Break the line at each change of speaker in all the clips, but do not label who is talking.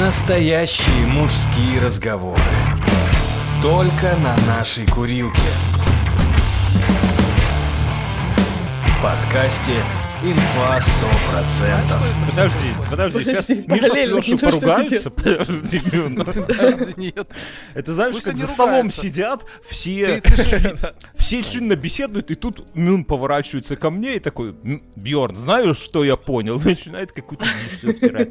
Настоящие мужские разговоры. Только на нашей курилке. В подкасте «Инфа 100%».
Подожди, подожди, сейчас
Подожди,
Миша с
параллельно,
Лешей
не то, что
поругаются. Подожди, Мюн.
Нет.
Это знаешь,
Пусть
как
они
за столом
ругаются.
сидят,
Ты-
все,
ты ж-
все чинно беседуют, и тут Мюн поворачивается ко мне и такой, Бьорн, знаешь, что я понял? Начинает какую-то дичь всё втирать.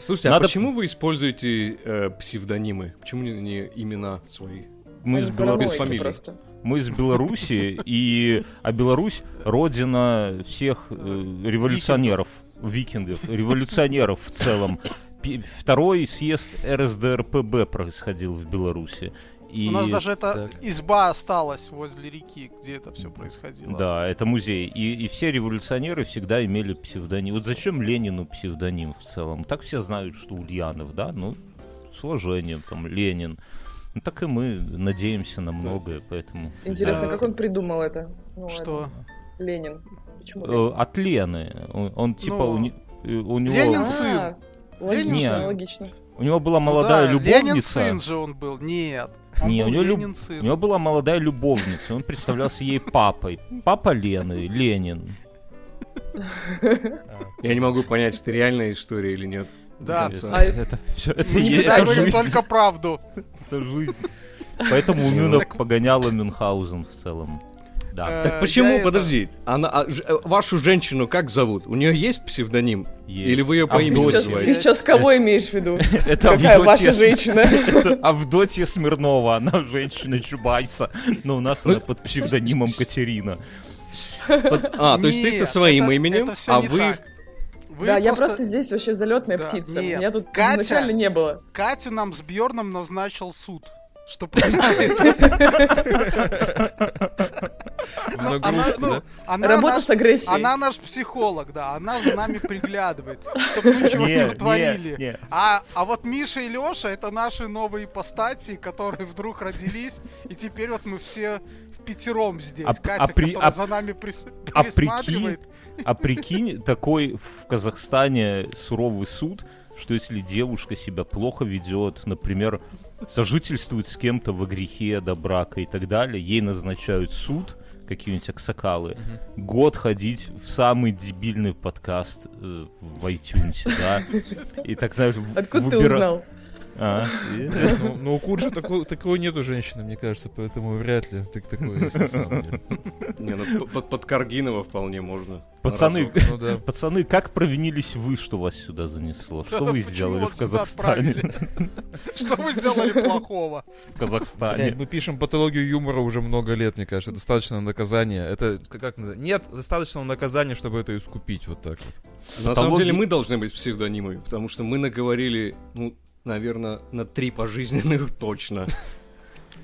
Слушайте, а
Надо-
почему вы используете э, псевдонимы? Почему не- не имена свои?
Мы из
Они
Беларуси.
барабойки
фамилии.
просто.
Мы из Беларуси, и а Беларусь родина всех э, революционеров, викингов, революционеров в целом. Пи- Второй съезд РСДРПБ происходил в Беларуси. И...
У нас даже эта
Так.
изба осталась возле реки, где это все происходило.
Да, это музей. И, и все революционеры всегда имели псевдоним. Вот зачем Ленину псевдоним в целом? Так все знают, что Ульянов, да? Ну, с уважением, там, Ленин. Ну, так и мы надеемся на многое, поэтому...
Интересно,
Да.
как он придумал это? Ну,
Что?
это Ленин. Почему
Э,
Ленин?
От Лены. Он, он, типа,
Ну,
у, не- э, у него...
Ленин
А,
сын.
Логично,
Ленин.
логично.
У него была
Ну
молодая
да, Ленин
любовница.
сын же он был. Нет. Он
Не,
был
у него люб-
Ленин
У
сын.
него была молодая любовница, он представлялся ей папой. Папа Лены, Ленин.
Я не могу понять, это реальная история или нет.
Да.
До
А
конца.
это-
Все, это,
Мы
е- это
говорим
жизнь,
только правду.
это жизнь. Поэтому у Мюна погоняло Мюнхгаузен в целом. Да,
Э,
Так
я
почему,
это-
подожди, она, а, ж- э, вашу женщину как зовут? У нее есть псевдоним?
есть. А
Или вы ее по
Ты
имени
сейчас,
называете?
ты сейчас кого имеешь в виду?
Это Авдотья
Какая ваша
См-
женщина?
это Авдотья Смирнова, она женщина Чубайса, но у
Ну,
нас она под псевдонимом Катерина.
Под- А, то есть ты
Нет,
со своим
это-
именем,
это всё
а
не
вы...
так. Вы
Да, я просто здесь вообще залетная
Да,
птица.
нет.
Меня тут
Катя!
изначально не было.
Катю нам с Бьорном назначил суд. Что
Много
Она,
грустно,
ну,
да?
она
Работа
наш-
с агрессией.
Она наш психолог, да, она за нами приглядывает, чтобы мы ничего не
Не,
утворили.
не, не.
А, а вот Миша и Леша это наши новые ипостаси, которые вдруг родились, и теперь вот мы все в пятером здесь.
А-
Катя,
а при-
которая
а-
за нами прис-
а
присматривает.
А прикинь, такой в Казахстане суровый суд, что если девушка себя плохо ведет, например, сожительствует с кем-то во грехе до брака и так далее, ей назначают суд, какие-нибудь аксакалы, год ходить в самый дебильный подкаст э, в iTunes, да, и так, знаешь, в-
Откуда ты
выбира-
узнал?
А, и-
Ну, но у Курджи такого, такого нету женщины, мне кажется, поэтому вряд ли так такое есть на самом деле.
Не, ну, п- под, под Каргинова вполне можно.
Пацаны,
Ну да.
пацаны, как провинились вы, что вас сюда занесло? Что вы
Почему
сделали
вот
в
сюда
Казахстане?
отправили? Что вы сделали
В
плохого?
Блядь,
Казахстане.
мы пишем патологию юмора уже много лет, мне кажется. Достаточно наказания. Это к- как называется? Нет достаточного наказания, чтобы это искупить вот так вот.
На самом
Патологи-
деле мы должны быть псевдонимами, потому что мы наговорили, ну, наверное, на три пожизненных точно.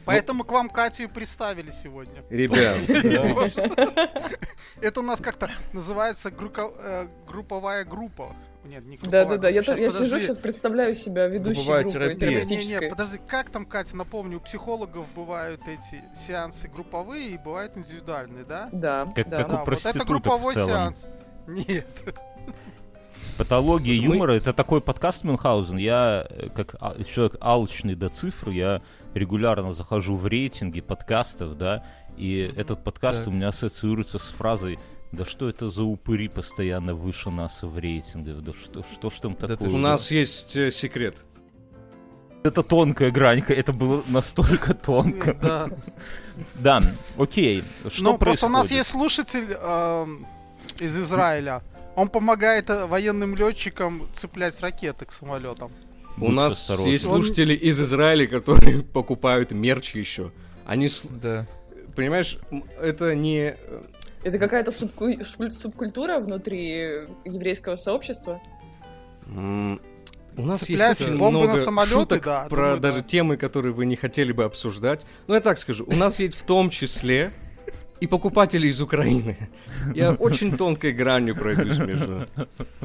Поэтому к вам Катю и приставили сегодня.
Ребят,
Это у нас как-то называется грука- э, групповая группа. Нет, не групповая.
Да-да-да, я,
группа.
то- я
Щас,
сижу,
подожди.
сейчас представляю себя ведущей
Групповая
группой
терапия.
Не-не-не,
террористической.
подожди, как там, Катя, напомню, у психологов бывают эти сеансы групповые и бывают индивидуальные, да?
Да,
Как-
да.
как у
Да, вот это
проституток
групповой
в целом.
сеанс. Нет.
Патология
Слушай, мы-
юмора это такой подкаст Мюнхгаузен. Я, э, как а- человек алчный до цифр, я регулярно захожу в рейтинги подкастов, да, и этот подкаст
Так.
у меня ассоциируется с фразой «Да что это за упыри постоянно выше нас в рейтингах? Да что, что ж там
Да
такое?»
ты
у нас есть э, секрет.
Это тонкая гранька, это было настолько тонко.
Да.
Да, окей, что
Ну, просто у
происходит?
нас есть слушатель эм, из Израиля. Он помогает э, военным летчикам цеплять ракеты к самолетам.
У
Будьте
нас
осторожны.
есть
Он-
слушатели из Израиля, которые покупают мерч еще. Они, с-
Да.
понимаешь, м, это не... э,
Это какая-то субку- шкуль- субкультура внутри еврейского сообщества.
м, У нас
Цеплять
есть очень
бомбы на
много
самолеты,
шуток
да,
про
думаю,
даже
да.
темы, которые вы не хотели бы обсуждать. Но я так скажу, у нас есть в том числе и покупатели из Украины. Я очень тонкой гранью пройдусь между,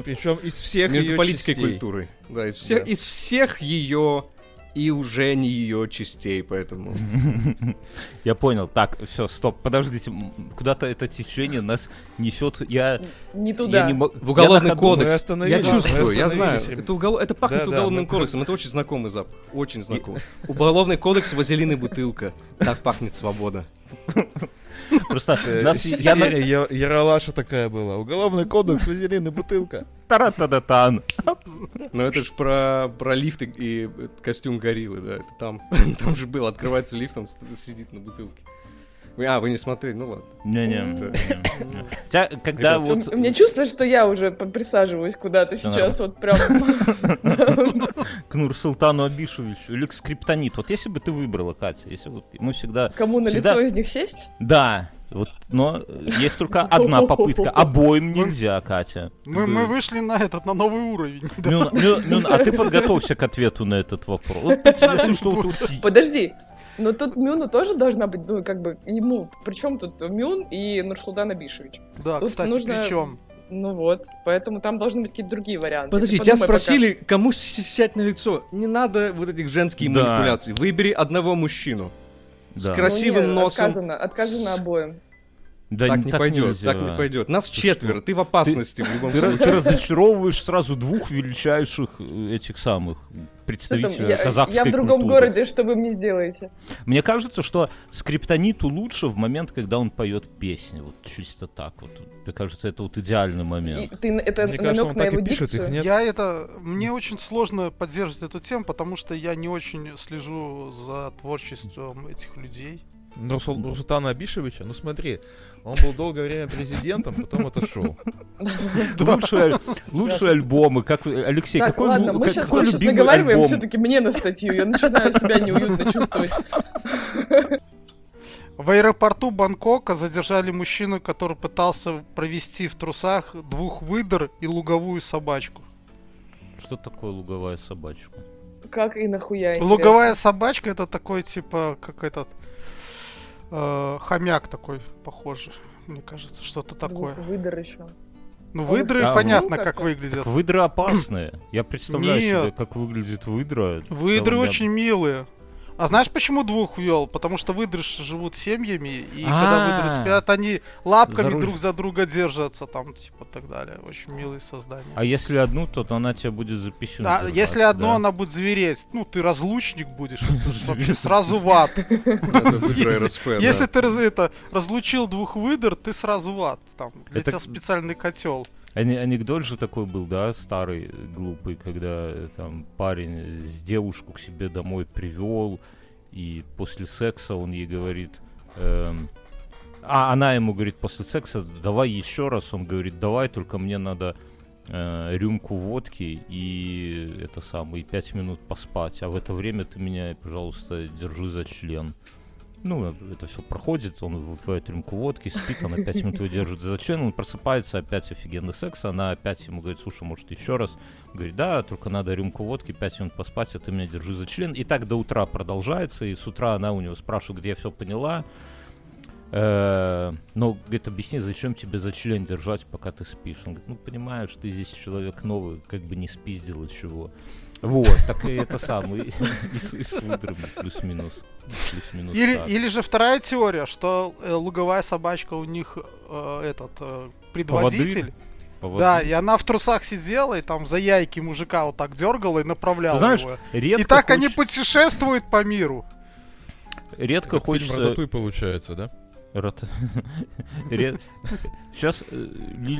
Причем из всех
между
ее
политикой и
частей.
культурой. Да, из всех,
Да.
из всех ее
и уже не ее частей, поэтому...
Я понял. Так, все, стоп, подождите. м, Куда-то это течение нас несет. Я,
Не
я
туда.
не мог...
В уголовный
я на ходу-
Мы
кодекс. Я
остановились,
чувствую,
мы
я знаю.
остановились.
Это, уголов... это пахнет
Да, да,
уголовным
мы-
кодексом. Это очень знакомый запах. Очень знакомый. Уголовный кодекс, вазелин и бутылка. Так пахнет свобода.
Просто
Э,
нас...
се-
Я на...
Серия Я- Яралаша такая была. Уголовный кодекс, вазелин и бутылка.
Таратадатан.
Но это же про, про лифт и, и э, костюм гориллы, да. Это там. Там же был. Открывается лифт, он с- сидит на бутылке. Вы- А, вы не смотрели, ну ладно.
Не-не.
Да.
Хотя, когда
Ребят,
У
вот...
у меня чувство, что я уже п- присаживаюсь куда-то сейчас, вот прям.
к Нурсултану Абишевичу или к Скриптонит. Вот если бы ты выбрала, Катя, если бы мы всегда...
Кому на
Всегда-
лицо из них сесть?
Да, вот, но есть только одна попытка. Обоим нельзя, Катя.
Мы, мы вышли на этот, на новый уровень.
Мюн, Мюн, Мюн, а ты подготовься к ответу на этот вопрос. Вот представь, что вот тут-
Подожди, но тут Мюну тоже должна быть, ну, как бы, ему, причем тут Мюн и Нурсултан Абишевич.
Да,
Тут
кстати,
нужно-
причем.
Ну вот, поэтому там должны быть какие-то другие варианты.
Подожди,
Ты
тебя
подумай пока. Ну,
спросили, кому с- сядь на лицо. Не надо вот этих женских
Да.
манипуляций. Выбери одного мужчину.
Да.
скра- красивым
нет,
носом.
Отказано, отказано обоим.
Да,
так не пойдет,
нельзя.
так не пойдет. Нас четверо, ты в опасности в любом
Ты, ра-
случае.
ты разочаровываешь сразу двух величайших э, этих самых
Что там,
представителей
я,
казахской
я в другом
культуры.
городе, что вы мне сделаете?
Мне кажется, что скриптониту лучше в момент, когда он поет песни. Вот чисто так вот. Мне кажется, это вот идеальный
И
момент.
ты, это
Мне кажется,
намек
он
на
так
его
и пишет,
дикцию?
их нет.
Я это... Мне очень сложно поддерживать эту тему, потому что я не очень слежу за творчеством этих людей.
Нурсул- Нурсултана Абишевича, ну смотри, он был долгое время президентом, потом отошел.
Лучшие, лучшие альбомы. Как, вы- Алексей,
Так,
какой,
ладно,
лу-
мы
как-
сейчас,
какой любимый
наговариваем
альбом?
все-таки мне на статью. Я начинаю себя неуютно чувствовать.
В аэропорту Бангкока задержали мужчину, который пытался провести в трусах двух выдр и луговую собачку.
Что такое луговая собачка?
Как и нахуя, интересно.
Луговая собачка это такой, типа, как этот... э, хомяк такой, похоже. Мне кажется, что-то такое.
Двух выдор еще.
Ну,
А
выдры,
вот так
понятно,
вот.
как выглядят.
Так выдры опасные. Я представляю
Нет.
себе, как выглядит выдра.
Выдры
Целая-
очень милые. А знаешь, почему двух вел? Потому что выдры ж живут семьями, и
А.
когда выдры спят, они лапками
Заруль.
друг за друга держатся, там, типа, так далее. Очень милые создания.
А если одну, то, то она тебя будет за писюн
А
держать,
если
да?
одно, она будет звереть. Ну, ты разлучник будешь, это ж вообще сразу в ад.
Это про
Если-
РСП, да.
Если ты раз- это, разлучил двух выдр, ты сразу в ад. Там, для
Это-
тебя специальный котел.
Ани- Анекдот же такой был, да, старый, глупый, когда э, там парень с девушку к себе домой привел, и после секса он ей говорит, эм, а она ему говорит после секса, давай еще раз, он говорит, давай, только мне надо э, рюмку водки и это самое, и пять минут поспать, а в это время ты меня, пожалуйста, держи за член. Ну, это все проходит, он выпивает рюмку водки, спит, она пять минут его держит за член, он просыпается, опять офигенный секс, она опять ему говорит, слушай, может, еще раз? Он Говорит, да, только надо рюмку водки, пять минут поспать, а ты меня держи за член. И так до утра продолжается, и с утра она у него спрашивает, где я все поняла. Э, Ну, говорит, объясни, зачем тебе за член держать, пока ты спишь? Он говорит, ну, понимаешь, ты здесь человек новый, как бы не спиздил чего. Вот, так и это самое, и с и с утром плюс-минус. плюс-минус
Или,
так.
или же вторая теория, что э, луговая собачка у них э, этот э, предводитель.
Повод-
Да, и она в трусах сидела и там за яйки мужика вот так дергала и направляла
Знаешь,
его.
редко
и так они
хочешь-
путешествуют по миру.
редко
Как фильм
хочется...
«Рататуй» получается, да?
Сейчас, э,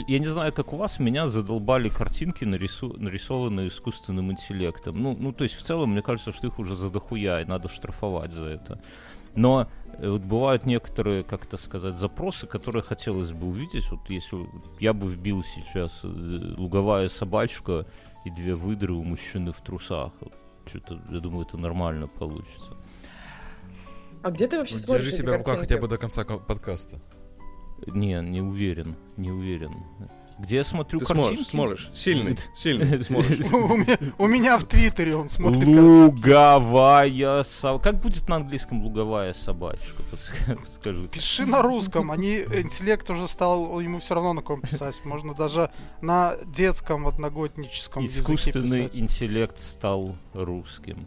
я не знаю, как у вас, меня задолбали картинки, нарису- нарисованные искусственным интеллектом. Ну, ну, то есть, в целом, мне кажется, что их уже задохуя, и надо штрафовать за это. Но э, вот бывают некоторые, как это сказать, запросы, которые хотелось бы увидеть. Вот если я бы вбил сейчас э, луговая собачка и две выдры у мужчины в трусах. Что-то, я думаю, это нормально получится.
А где ты вообще смотришь
Ну, Держи
эти
себя в руках
картинки?
хотя бы до конца ко- подкаста.
Не, не уверен, не уверен. Где я смотрю
Ну,
Ты
картинки?
сможешь, сможешь. Сильный,
Нет.
сильный, сможешь.
У меня- у меня в Твиттере он смотрит картинки.
Луговая собачка. Как будет на английском луговая собачка? Подск- Скажите.
Пиши на русском, они интеллект уже стал, ему все равно на ком писать. Можно даже на детском одногодническом языке
Искусственный
писать.
интеллект стал русским.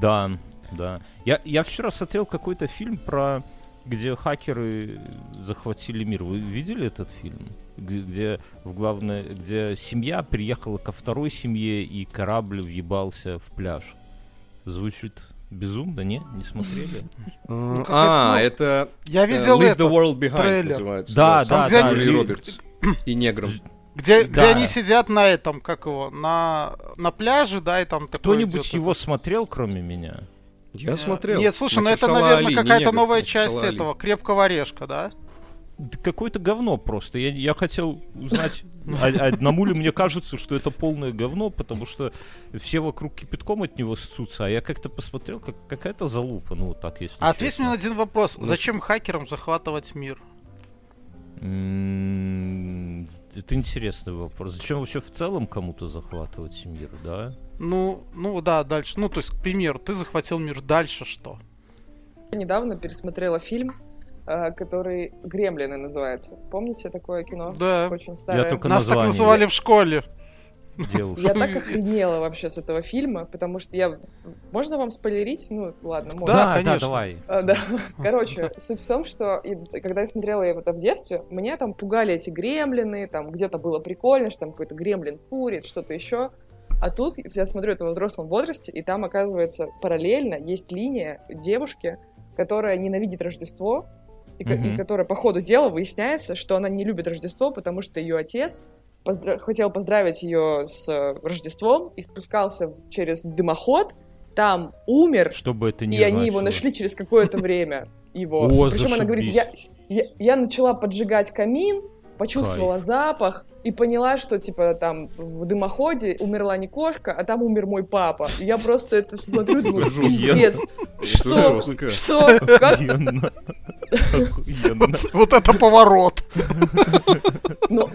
Да, да. Я, я вчера смотрел какой-то фильм про где хакеры захватили мир. Вы видели этот фильм? Г- Где, в главное, где семья приехала ко второй семье и корабль въебался в пляж. Звучит безумно, не? Не смотрели?
Ну, как
А,
это,
это...
Я
э,
видел
Leave
это,
the World Behind
трейлер.
называется.
Да,
с
да,
Там, где
да.
они-
Джулией
и-
Робертс и негром.
где, где
Да.
они сидят на этом, как его, на, на пляже, да, и там такое
Кто-нибудь
идет
его
это.
смотрел, кроме меня?
Я смотрел.
Э, Нет, слушай, ну это,
Махершала
наверное,
Али, не
какая-то
негр,
новая
Махершала
часть
Али.
этого, крепкого орешка, да?
Да какое-то говно просто. Я, я хотел узнать, а- одному ли мне кажется, что это полное говно, потому что все вокруг кипятком от него ссутся, а я как-то посмотрел, как какая-то залупа, ну вот так, если
А ответь мне на
честно.
один вопрос.
Ну,
Зачем хакерам захватывать мир?
М, Это интересный вопрос. Зачем вообще в целом кому-то захватывать мир, да?
Ну, ну да, дальше. Ну, то есть, к примеру, ты захватил мир, дальше что?
Я недавно пересмотрела фильм, э, который «Гремлины» называется. Помните такое кино?
Да.
Очень старое.
Я только- По
Нас так
названию.
называли в школе.
Девушка.
Я так охренела вообще с этого фильма, потому что я... Можно вам спойлерить? Ну, ладно, можно.
Да,
да,
конечно.
давай.
А, Да. Короче, суть в том, что и- когда я смотрела его это в детстве, меня там пугали эти гремлины, там где-то было прикольно, что там какой-то гремлин курит, что-то еще. А тут я смотрю это во взрослом возрасте, и там, оказывается, параллельно есть линия девушки, которая ненавидит Рождество, и, ко- и
Мгм.
которая по ходу дела выясняется, что она не любит Рождество, потому что ее отец поздра- хотел поздравить ее с э, Рождеством и спускался в- через дымоход, там умер,
Что бы это ни
и они
значило.
его нашли через какое-то время. Его.
О,
Причем она говорит, я,
зашибись.
я, я начала поджигать камин, почувствовала запах и поняла, что типа там в дымоходе умерла не кошка, а там умер мой папа. И я просто это смотрю, думаю,
Жестко.
пиздец, что,
жестко.
что, как?
Охуенно. Охуенно.
Вот это поворот.
Ну,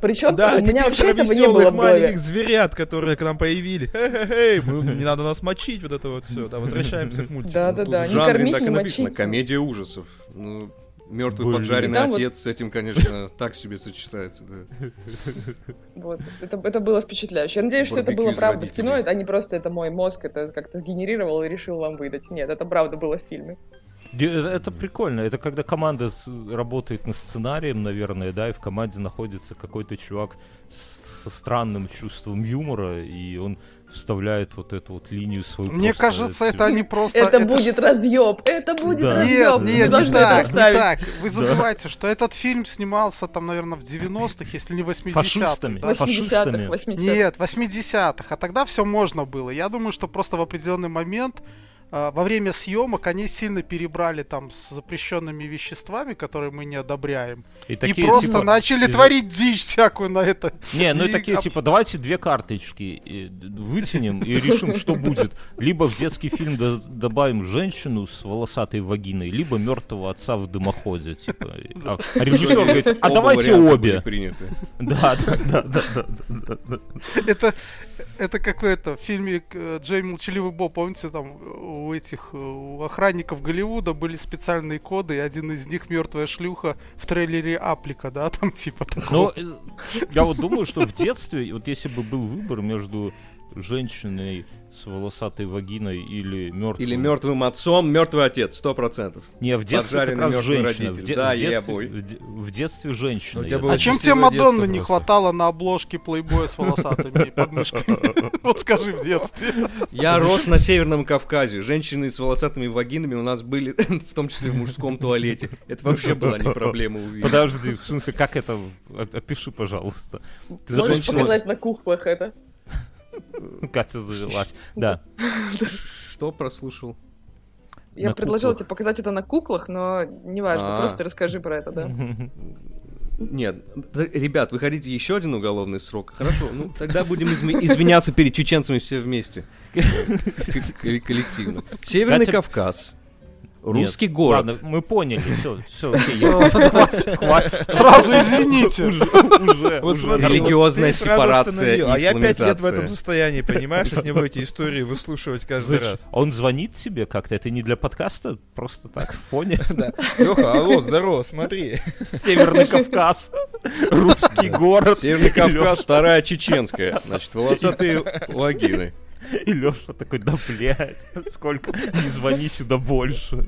причем
Да,
у
типа
меня
теперь
вообще
про
этого не было
веселых
в голове.
маленьких зверят, которые к нам появили. Хе-хе-хей, мы- не надо нас мочить, вот это вот все. Да, возвращаемся к мультику.
Да-да-да.
Тут
Да,
в
не
жанре
кормить,
так и
не
написано.
мочить.
Комедия ужасов. Ну, мертвый
Блин.
поджаренный
Там вот-
отец с этим, конечно, так себе сочетается. да.
Вот. Это, это было впечатляюще. Я надеюсь, что это
Барбекю
было
из
правда в
родителей.
кино, это- а не просто это мой мозг это как-то сгенерировал и решил вам выдать. Нет, это правда было в фильме.
Ди- Это это прикольно. Это когда команда с- работает над сценарием, наверное, да, и в команде находится какой-то чувак с- со странным чувством юмора, и он вставляет вот эту вот линию свою.
Ну,
Мне
просто-
кажется, А, это они просто...
Это
ж-
будет разъеб! Это будет
Да.
Нет,
разъеб!
нет,
Вы
не
должны
так,
это
не
вставить.
так. Вы забываете, что этот фильм снимался там, наверное, в 90-х, если не 80-х.
Фашистами.
да?
80-х,
Фашистами.
80-х.
Нет, 80-х. А тогда все можно было. Я думаю, что просто в определенный момент а, во время съемок они сильно перебрали там с запрещенными веществами, которые мы не одобряем.
И, такие,
и просто
типа,
начали
из-
творить дичь всякую на это.
Не, ну и
и-
такие,
а-
типа, давайте две карточки э, д- вытянем и решим, что будет. Либо в детский фильм до- добавим женщину с волосатой вагиной, либо мертвого отца в дымоходе. Типа. А а режиссер говорит, а
Оба
давайте
варианта были
обе.
приняты.
Да, да, да, да, да, да, да.
Это, это какой-то фильме э, Джей Молчаливый Боб, помните, там э, у этих э, у охранников Голливуда были специальные коды, и один из них мертвая шлюха в трейлере Аплика, да, там типа такого.
Но э, я вот думаю, что в детстве, вот если бы был выбор между женщиной с волосатой вагиной или мертвым...
Или мертвым отцом, мертвый отец, сто процентов.
Не, в детстве как
Поджаренный
раз
мертвый
женщина. В,
родитель.
де-
Да,
в, детстве,
ей-богу.
в де- в детстве женщина.
Ну, у тебя
я
А
было
думаю.
чем тебе
счастливое детство
Мадонны не
просто.
хватало на обложке плейбоя с волосатыми подмышками? Вот скажи в детстве.
Я рос на Северном Кавказе. Женщины с волосатыми вагинами у нас были, в том числе в мужском туалете. Это вообще была не проблема увидеть.
Подожди, в смысле, как это? О- Опиши, пожалуйста. Ты
Можно
Можешь
Женщина-
показать на кухлах это?
Катя завелась. Да.
Что прослушал?
Я
На
предложила
куклах.
тебе показать это на куклах, но неважно,
А.
просто расскажи про это, да.
Нет, д- ребят, вы хотите еще один уголовный срок? Хорошо, ну тогда будем изме- извиняться перед чеченцами все вместе. К- к- Коллективно. Северный
Катя-
Кавказ. Русский город.
Ладно, мы поняли. Все, все, окей. я- Хватит. хватит.
Сразу извините.
Уже, уже,
Вот
уже.
смотри, вот
Религиозная
ты сразу
сепарация
остановил, А
и
я пять лет в
исламизация.
этом состоянии, понимаешь? От него эти истории выслушивать каждый
Знаешь,
раз.
а Он звонит себе как-то, это не для подкаста, просто так, в фоне.
Да. Леха, алло, здорово, смотри.
Северный Кавказ, русский город.
Северный Кавказ, вторая чеченская. Значит, волосатые вагины.
И Леша такой, да блядь, сколько, не звони сюда больше.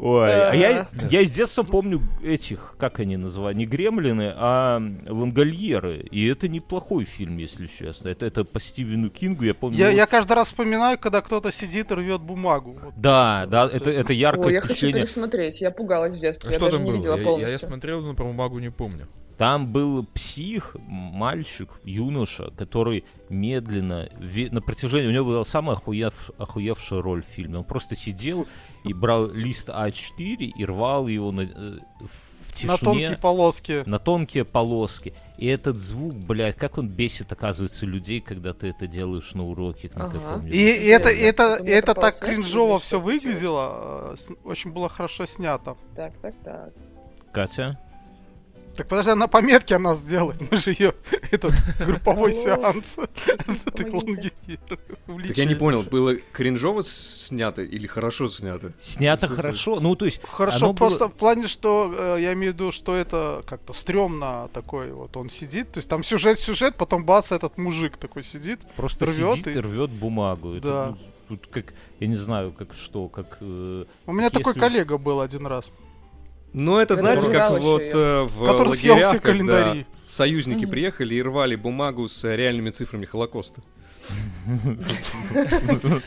Ой, а
Э.
я, я с детства помню этих, как они называют, не гремлины, а лангольеры. И это неплохой фильм, если честно. Это, это по Стивену Кингу, я помню.
Я,
его-
я каждый раз вспоминаю, когда кто-то сидит и рвет бумагу. Вот.
Да, да, это, это яркое
Ой, я хочу
впечатление.
пересмотреть. Я пугалась в детстве.
А
я
что
даже
там
не
было?
видела
Я- Я,
полностью.
я смотрел, но про бумагу не помню.
Там был псих, мальчик, юноша, который медленно, ве- на протяжении, у него была самая охуев- охуевшая роль в фильме. Он просто сидел и брал лист А4 и рвал его на, э, в тишине.
На типа тонкие полоски.
на тонкие полоски. И этот звук, блядь, как он бесит, оказывается, людей, когда ты это делаешь на уроке. на
Ага.
каком-нибудь.
И, и это, и это,
Потом
и это
это
так
полоса, если
кринжово
видишь,
все
что ты
выглядело. э, с- Очень было хорошо снято.
Так, так, так.
Катя?
Так подожди, она пометки о нас сделает. Мы же ее этот групповой
Алло,
сеанс. Ты
Помогите.
Так я не понял, было кринжово с- снято или хорошо снято?
Снято
Что за-
хорошо. Ну, то есть...
Хорошо,
оно было-
просто в плане, что э, я имею в виду, что это как-то стрёмно такой вот он сидит. То есть там сюжет-сюжет, потом бац, этот мужик такой сидит.
Просто
рвёт
сидит
и-
и рвет бумагу. Это,
Да.
ну, тут как, я не знаю, как что, как... э,
У меня
Так
такой
если-
коллега был один раз.
Ну, это,
Я
знаете,
даже
как
играла
вот
еще
э, в
Который съел
лагерях,
все
когда
календари.
союзники
Мгм.
приехали и рвали бумагу с э, реальными цифрами Холокоста.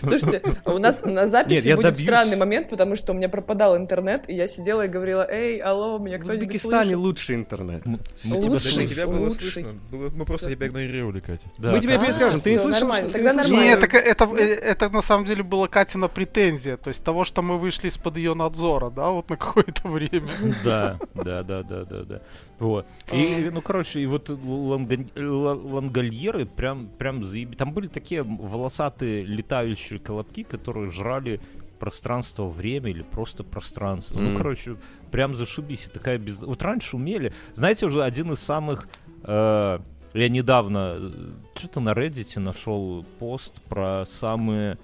Слушайте, у нас на
Нет,
записи
я
будет
добьюсь.
странный момент, потому что у меня пропадал интернет, и я сидела и говорила, эй, алло, меня
В
кто-нибудь
Узбекистане
слышит?»
лучший интернет.
мы- мы
Лучше.
тебя
Да,
слышим.
тебя было
лучший.
слышно. Было- мы просто
Всё.
тебя игнорировали, Катя.
Да,
Мы тебе
А,
Катя.
перескажем, ты не
всё,
слышал?
нормально,
что- ты
тогда
не слышал?
нормально.
Нет, так это, э, это на самом деле была Катина претензия. То есть того, что мы вышли из-под ее надзора, да, вот на какое-то время.
Да, да, да, да, да, да. Вот. И, ну, короче, и вот ланга- ла- лангольеры прям, прям заеби. Там были такие волосатые летающие колобки, которые жрали пространство, время или просто пространство.
Мгм.
Ну, короче, прям зашибись. И такая без... Вот раньше умели. Знаете, уже один из самых... э, я недавно э, что-то на Reddit нашел пост про самые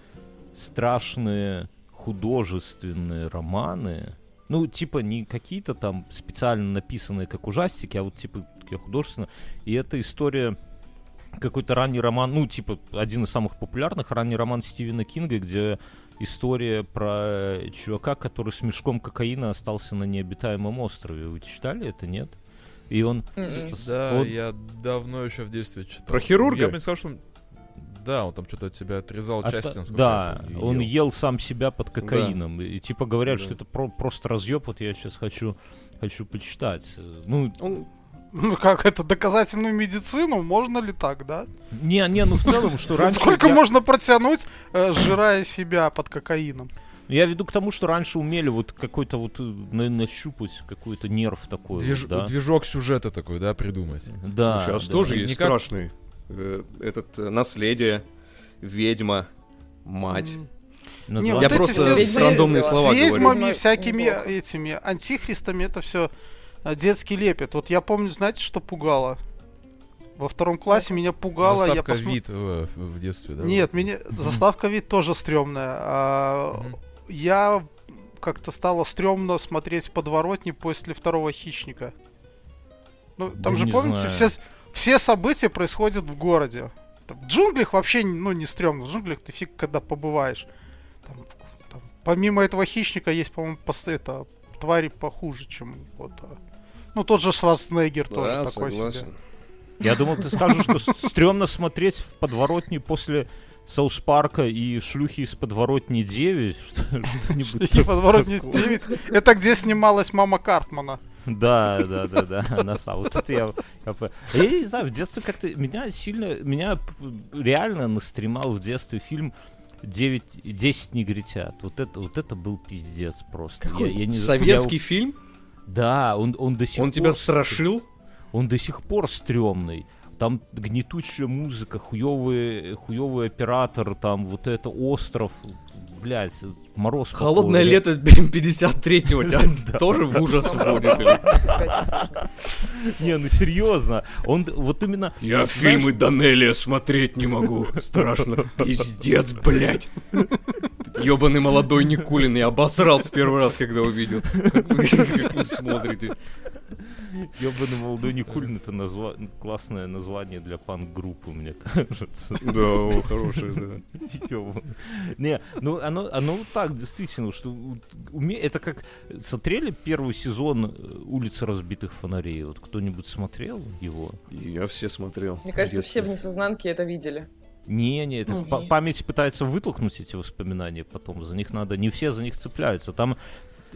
страшные художественные романы. Ну, типа, не какие-то там специально написанные, как ужастики, а вот, типа, такие художественные. И это история какой-то ранний роман, ну, типа, один из самых популярных, ранний роман Стивена Кинга, где история про чувака, который с мешком кокаина остался на необитаемом острове. Вы читали это, нет? И он...
Мгм.
с-
Да,
он-
я давно еще в детстве читал.
Про хирурга?
Я бы не сказал, что... он- Да, он там что-то от себя отрезал
от-
части, насколько
да,
я помню, и
он
ел.
ел сам себя под кокаином. И, типа, говорят,
Да.
что это про- просто разъеб, вот я сейчас хочу, хочу почитать. Э, Ну,
Он-
Ну как это, доказательную медицину? Можно ли так, да?
не, не, ну в целом, что раньше...
Сколько
я-
можно протянуть, э, сжирая себя под кокаином?
Я веду к тому, что раньше умели вот какой-то вот э, на- нащупать какой-то нерв такой.
Движ-
вот, да.
Движок сюжета такой, да, придумать.
Да,
Слушай, а
да.
что же
И
есть
никак-
страшный? Э, Этот э, наследие, ведьма, мать.
М.
Название-
Не, вот
Я
эти
просто
все
с рандомные
с
слова
с ведьмами,
говорю.
говорю.
всякими
Неплохо.
этими антихристами это все детский лепет. Вот я помню, знаете, что пугало? Во втором классе меня пугало. я
Заставка
посмо-
вид э, в в детстве, да?
Нет, меня заставка вид тоже стрёмная. А,
Мгм.
Я как-то стало стрёмно смотреть подворотни после второго хищника. Ну,
Да
там же,
не
помните,
знаю.
все, с- все события происходят в городе. Там в джунглях вообще, ну, не стрёмно. В джунглях ты фиг когда побываешь. Там, там помимо этого хищника есть, по-моему, пос- это, твари похуже, чем вот... а. Ну, тот же Шварценеггер тоже
Да,
такой себе.
согласен.
Я думал, ты скажешь, что с- стрёмно смотреть в подворотне после Саус Парка и шлюхи из подворотни 9. что- Что-нибудь
И подворотни
такое.
9. Это где снималась мама Картмана.
Да, да, да, да, она сама. Вот это я, я по- Я не знаю, в детстве как-то меня сильно, меня п- реально настремал в детстве фильм 9, 10 негритят. Вот это, вот это был пиздец просто. Я- я не за-
Советский фильм?
я- да, он, он до сих
Он
пор...
тебя страшил?
Он до сих пор стрёмный. Там гнетущая музыка, хуёвый, хуёвый оператор, там вот это остров, блядь, мороз. по
Холодное
коже.
лето блин, 53-го тебя тоже в ужас вводит. или?
Не, ну серьезно. Он д- вот именно...
Я
знаешь,
фильмы Данелия смотреть не могу. Страшно. Пиздец, блядь. Ёбаный молодой Никулин. Я обосрался первый раз, когда увидел. Как вы, как вы смотрите.
Ёбаный молодой Никулин это назва- классное название для панк-группы, мне кажется.
Да, о, хорошее, да.
Ёбаный. Не, ну оно, оно вот так, действительно, что вот уме- это как смотрели первый сезон э, «Улицы разбитых фонарей». Вот кто-нибудь смотрел его?
Я все смотрел.
Мне кажется,
в
все
детстве.
в несознанке это видели.
Не, не, это па- память пытается вытолкнуть эти воспоминания потом. За них надо, не все за них цепляются. Там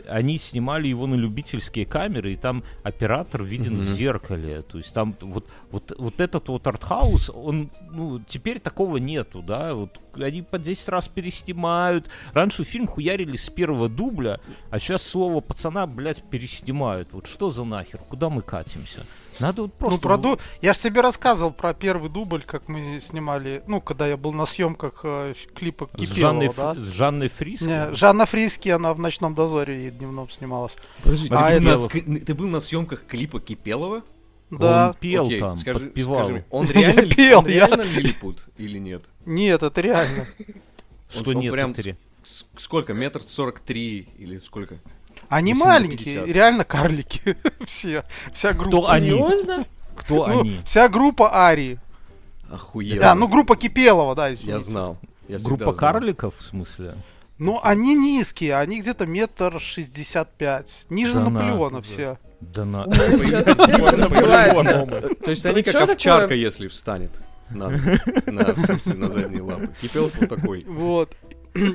они снимали его на любительские камеры, и там оператор виден в
Мгм.
зеркале. То есть там вот, вот, вот этот вот артхаус, он, ну, теперь такого нету, да, вот они по 10 раз переснимают. Раньше фильм хуярили с первого дубля, а сейчас слово пацана, блядь, переснимают. Вот что за нахер, куда мы катимся? Надо вот просто...
Ну, про ду- Я же тебе рассказывал про первый дубль, как мы снимали, ну, когда я был на съемках э, ф- клипа
С
Кипелова,
Жанной, Ф-
да?
с Жанной Фриско.
Не, Жанна Фриски, она в «Ночном дозоре» и дневном снималась.
Подожди,
А
ты, был на
это-
ск- ты был на съемках клипа Кипелова?
Да.
Он пел
Окей,
там,
скажи-
подпевал.
скажи, он реально,
пел,
он
я.
реально лилипут или нет?
Нет, это реально.
Что
Он- он
нет,
прям
Виктория?
С- Сколько? Метр сорок три или сколько?
Они
Почему
маленькие,
50?
реально карлики. Все. Вся группа.
Они.
Серьезно?
Кто
Ну,
они?
Вся группа Арии.
Охуенно.
Да, ну группа Кипелова, да, извините.
Я знал. Я всегда
Группа
знал.
карликов, в смысле?
Ну, они низкие, они где-то метр шестьдесят пять. Ниже
Да
Наполеона
нахуй,
все.
Да на...
Ну, сейчас всё разбивается.
Э, То есть
Да
они
чё
как
такое?
овчарка, если встанет. На, на, в смысле, на задние лапы. Кипелов вот такой.
Вот.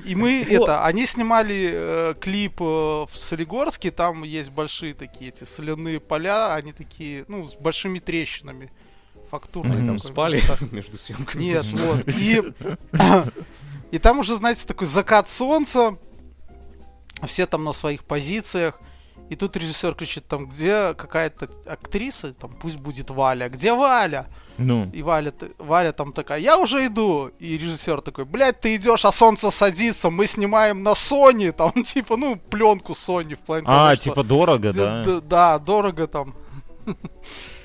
И мы
Во.
это, они снимали э, клип э, в Солигорске, там есть большие такие эти соляные поля, они такие, ну, с большими трещинами. Фактурные.
Они там
такой
Спали
места.
между съемками.
Нет, вот. И, и там уже, знаете, такой закат солнца. Все там на своих позициях. И тут режиссер кричит, там, где какая-то актриса, там, пусть будет Валя. Где Валя?
Ну,
И Валя, т- Валя там такая, я уже иду. И режиссер такой, блядь, ты идешь, а солнце садится, мы снимаем на Sony, там, типа, ну, пленку Sony в плане того,
а,
что-
типа дорого, да?
Д- да, дорого там.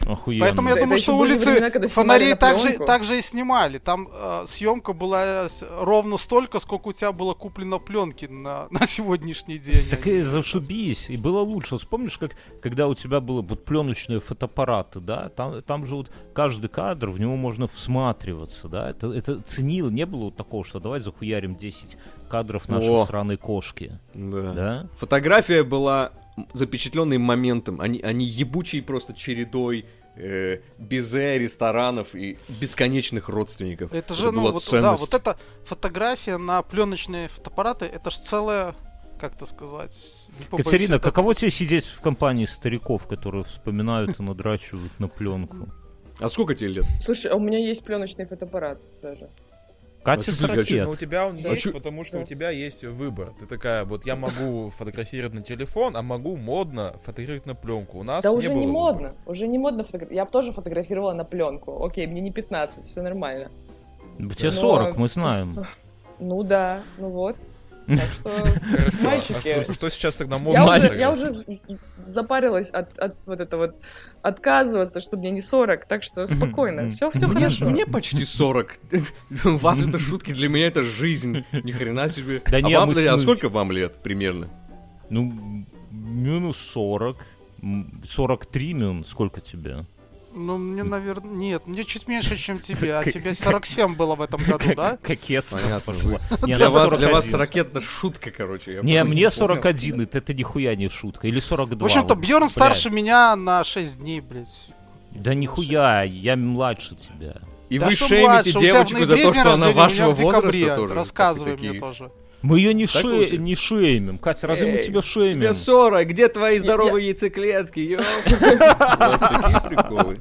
Охуенно.
Поэтому я
Это
думаю,
еще
что
были
улицы
времена, когда снимали
фонарей
на
так же,
пленку.
так же и снимали. Там э, съемка была с- ровно столько, сколько у тебя было куплено пленки на, на сегодняшний день.
Так и зашибись, и было лучше. Вот Вспомнишь, как, когда у тебя было вот пленочные фотоаппараты, да, там, там же вот каждый кадр, в него можно всматриваться, да, это, это ценил, не было вот такого, что давай захуярим 10 кадров нашей
О.
сраной кошки,
Да.
да?
Фотография была м- запечатленным моментом. Они, они ебучей просто чередой э, безе, ресторанов и бесконечных родственников.
Это же, ну,
была
вот, да,
ценность.
вот эта фотография на пленочные фотоаппараты, это же целая, как то сказать, не побоюсь
Катерина,
этого-
каково тебе сидеть в компании стариков, которые вспоминают и надрачивают на пленку?
Ну,
А сколько тебе лет?
Слушай, а у меня есть пленочный фотоаппарат даже.
Катя
А что ты, а
ракет.
чё,
Но у тебя он
Да.
есть,
Чё-
потому что
Да.
у тебя есть выбор. Ты такая, вот я могу фотографировать на телефон, а могу модно фотографировать на пленку. У
А
нас
Да
не
уже
было
не
выбора.
модно. Уже не модно фотографировать. Я б тоже фотографировала на пленку. Окей, мне не 15, все нормально.
Тебе
ну,
Но-
а
40, мы знаем.
Ну да, ну вот. Так что,
Хорошо.
мальчики,
А что, что сейчас тогда
я
модно?
уже,
фотографировать?
я уже запарилась от, от вот этого вот отказываться, что мне не 40, так что спокойно, все, все
Мне,
хорошо.
мне почти 40. У вас это шутки, для меня это жизнь. Ни хрена себе.
Да
а,
не,
вам-
мы с-
а сколько вам лет примерно?
Ну, м, минус 40. м, 43 минус, сколько тебе?
Ну, мне, наверное, нет, мне чуть меньше, чем тебе, а тебе 47 было в этом году, да?
Кокетство
Понятно.
пошло. Не,
Для
нам
вас, для вас
41.
ракет это шутка, короче. я
Не,
понял.
мне 41, это, это нихуя не шутка. Или 42.
В общем-то,
вот,
Бьорн
блядь.
старше меня на 6 дней, блядь.
Да нихуя, я младше тебя.
И
Да
вы
что
шеймите
младше, у тебя в
девочку за то,
ноябре день
что
рождения,
она
у меня
вашего
в декабре.
возраста тоже.
Рассказывай
Как вы
мне
такие.
тоже.
Мы ее не,
Так
ше-
лучше.
не шеймим. Катя, разве мы
Эй,
тебя шеймим?
Тебе 40, где твои
здоровые
здоровые яйцеклетки, У вас такие приколы.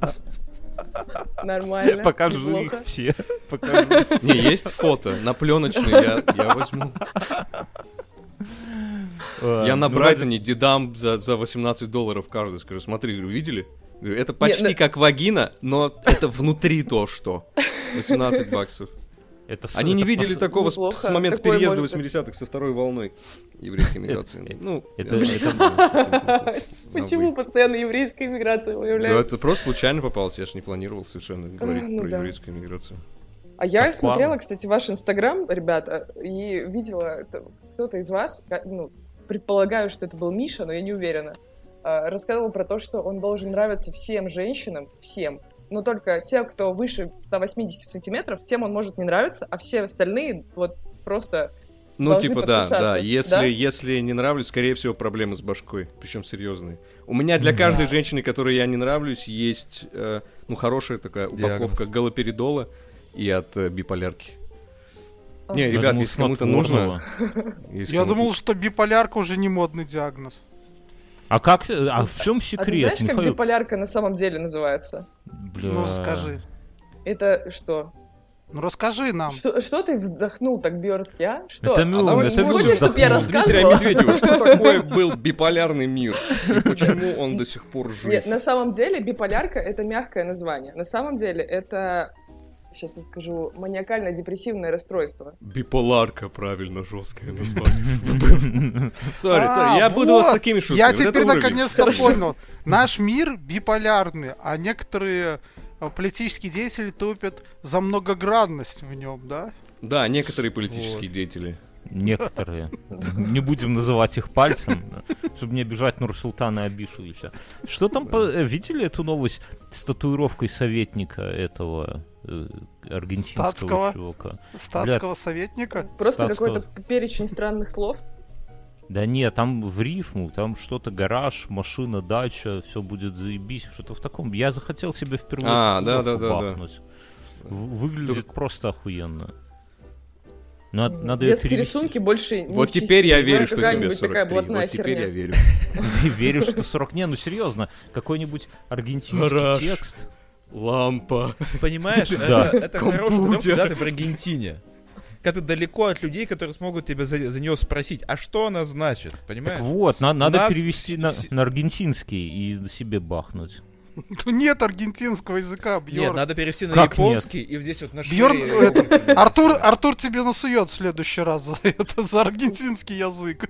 Нормально.
Покажу
неплохо.
их все. Покажу.
Не, есть фото на пленочной, я, я возьму.
Э,
Я на
ну,
Брайтоне дедам за, за 18 долларов каждый скажу, смотри, говорю, видели? Говорю, это почти
ну-
как вагина, но это внутри то, что. 18 баксов.
это с-
Они не
это
видели
пос-
такого с,
неплохо.
с момента
Такое
переезда
может быть.
80-х со второй волной еврейской миграции. Ну,
это-
я
это-
думаю, с этим-
Почему постоянно еврейская иммиграция
Да,
выявляется?
это просто случайно попалось, я же не планировал совершенно говорить
ну
про
да.
еврейскую миграцию.
А я
Так,
смотрела,
ладно.
кстати, ваш инстаграм, ребята, и видела это- кто-то из вас, ка- ну, предполагаю, что это был Миша, но я не уверена. э, рассказывал про то, что он должен нравиться всем женщинам, всем. Но только те, кто выше 180 сантиметров, тем он может не нравиться, а все остальные вот просто... а
Ну,
Должны
типа, да,
подписаться,
да. Если,
да?
если не нравлюсь, скорее всего, проблемы с башкой. Причем серьезные. У меня для каждой женщины, которой я не нравлюсь, есть, э, ну, хорошая такая
Диагноз.
упаковка галоперидола и от э, биполярки. Не,
Я
Э, ребят,
думал,
если кому-то
снотворного.
нужно... если
Я
кому-то-
думал, что биполярка уже не модный диагноз.
А как? ты- А в чем
А ты
секрет,
знаешь, как
Михаил?
биполярка на самом деле называется?
Бля.
Ну скажи.
Это что?
Ну расскажи нам.
Что, что ты вздохнул так биорски, а? Что?
Это Мюн,
а вы
это
не
Мюн
хочешь, чтобы я
вздохнул.
Дмитрия
рассказывала?
Медведева, что такое был биполярный мир? И почему он до сих пор жив?
Нет, на самом деле биполярка это мягкое название. На самом деле это, сейчас я скажу, маниакально-депрессивное расстройство.
Биполарка, правильно, жесткое название. Сори, сори, я
А,
буду вот с
вот.
такими шутками.
Я
Вот это
теперь
уровень.
наконец-то понял. Наш мир биполярный, а некоторые э, политические деятели топят за многогранность в нем, да?
Да, некоторые политические деятели.
Некоторые. Не будем называть их пальцем, чтобы не обижать Нурсултана Абишевича. Что там, по- э, видели эту новость с татуировкой советника этого э, аргентинского
Статского.
чувака?
Статского советника.
Просто
Стас,
какой-то перечень странных слов.
Да не, там в рифму, там что-то гараж, машина, дача, все будет заебись, что-то в таком. Я захотел себе впервые
А,
татуировку
да-да-да-да.
бахнуть. В- Выглядит просто охуенно. Но надо её
Без
перевести.
пересунки больше не
Вот
вчистить.
теперь я верю,
Наверное,
что тебе
какая-нибудь такая
43.
блатная
Вот теперь я
херня.
верю.
Верю, что 40. Не, ну серьезно, какой-нибудь аргентинский
Гараж.
текст.
Лампа.
Понимаешь,
Да.
это, это хорошая тренировка,
Компьютер.
когда ты в Аргентине. Когда ты далеко от людей, которые смогут тебя за, за нее спросить, а что она значит,
Так
понимаешь?
вот, на- надо
нас
перевести
вс-
на,
вс-
на аргентинский и себе бахнуть.
Ну, Нет аргентинского языка,
Нет,
Бьорн.
надо перевести на
Как
японский и вот здесь вот на шее
Бьорн,
его
это,
конфигурацию.
э, Артур, Артур тебе насует в следующий раз за это, за аргентинский язык.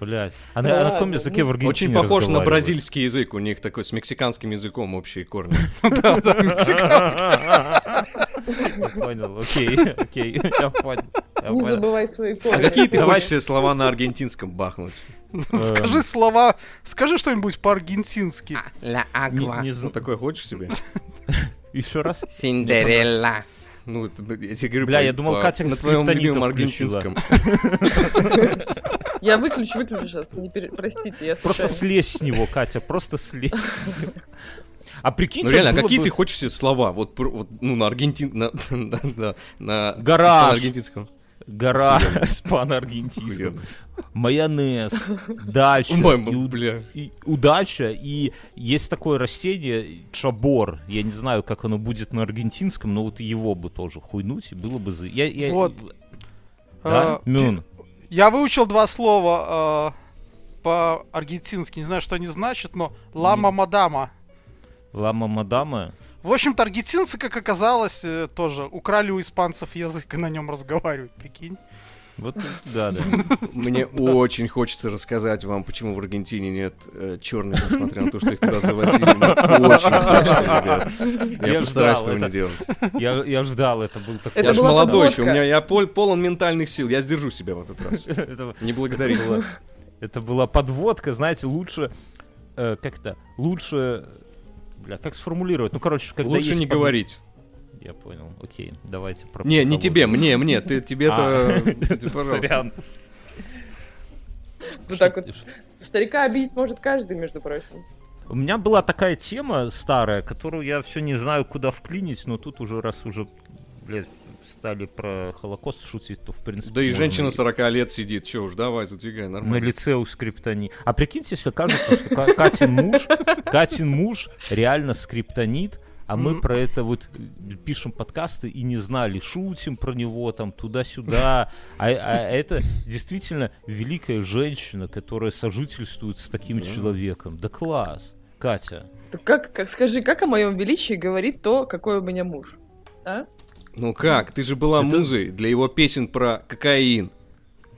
Блять. А на, а на каком языке в Аргентине
ну, Очень похож на
разговаривают?
бразильский язык. У них такой с мексиканским языком общие корни.
Да, мексиканский.
Я Понял, окей, окей, я понял. я
Не
понял.
забывай свои
А
корни.
какие ты
Давай.
хочешь себе слова на аргентинском бахнуть?
Э,
Скажи слова, скажи что-нибудь по-аргентински.
La
Не-
agua.
не
Ну,
зн-
такое хочешь себе?
Еще раз?
Cinderella.
Ну, это, я тебе говорю,
Бля,
по-
я думал,
по-
Катя
на твоем
скриптонита
любимом
включила.
аргентинском.
Я выключу, выключу сейчас. Не пере- Простите, я
Просто
случайно.
слезь с него, Катя, просто слезь. А прикиньте,
Ну реально, а
было
какие
бы-
ты хочешь себе слова? Вот, про- вот, ну, на аргентин... На, на, на- на-
Гараж.
на аргентинском.
Гора с панаргентизмом.
Охуенно.
Майонез, дальше.
Ой,
и у-
бля.
и удача, и есть такое растение, чабор, я не знаю, как оно будет на аргентинском, но вот его бы тоже хуйнуть, и было бы... за- Я, я-
Вот.
Да?
А,
Мюн.
Я выучил два слова э, по-аргентински. Не знаю, что они значат, но лама-мадама.
Лама Мадама.
В общем-то, аргентинцы, как оказалось, э, тоже украли у испанцев язык и на нем разговаривают, прикинь.
Вот, да, да.
Мне очень хочется рассказать вам, почему в Аргентине нет э, черных, несмотря на то, что их туда завозили. Мне Очень хочется, ребят. Я
Я
постараюсь
ждал
этого не
это.
делать.
Я, я ждал, это был такой...
Это
Я же
была
молодой еще,
подводка.
у меня я пол- полон ментальных сил. Я сдержу себя в этот раз.
Это-
Не благодарите.
Это была, это была подводка, знаете, лучше... э, как это? Лучше... Бля, как сформулировать? Ну, короче, когда
Лучше
есть
не
под-
говорить.
Я понял, окей, давайте про
Не, не
подводку.
тебе, мне, мне. Ты
А.
тебе-то... ты, пожалуйста.
Сорян.
Вот Ну, так вот. Старика обидеть может каждый, между прочим.
У меня была такая тема старая, которую я все не знаю, куда вклинить, но тут уже раз уже, блядь, стали про Холокост шутить, то в принципе...
Да и
можно
женщина 40 лет сидит. Че уж, давай, задвигай,
На
нормально.
лице у скриптонит. А прикиньте, если кажется, что Ка- Катин муж, Катин муж реально скриптонит, а мы
Мгм.
про это вот э, пишем подкасты и не знали, шутим про него там туда-сюда. А, а это действительно великая женщина, которая сожительствует с таким человеком. Да класс. Катя.
Так как, как- скажи, как о моем величии говорит то, какой у меня муж? А?
Ну как, ты же была
Это-
музой для его песен про кокаин,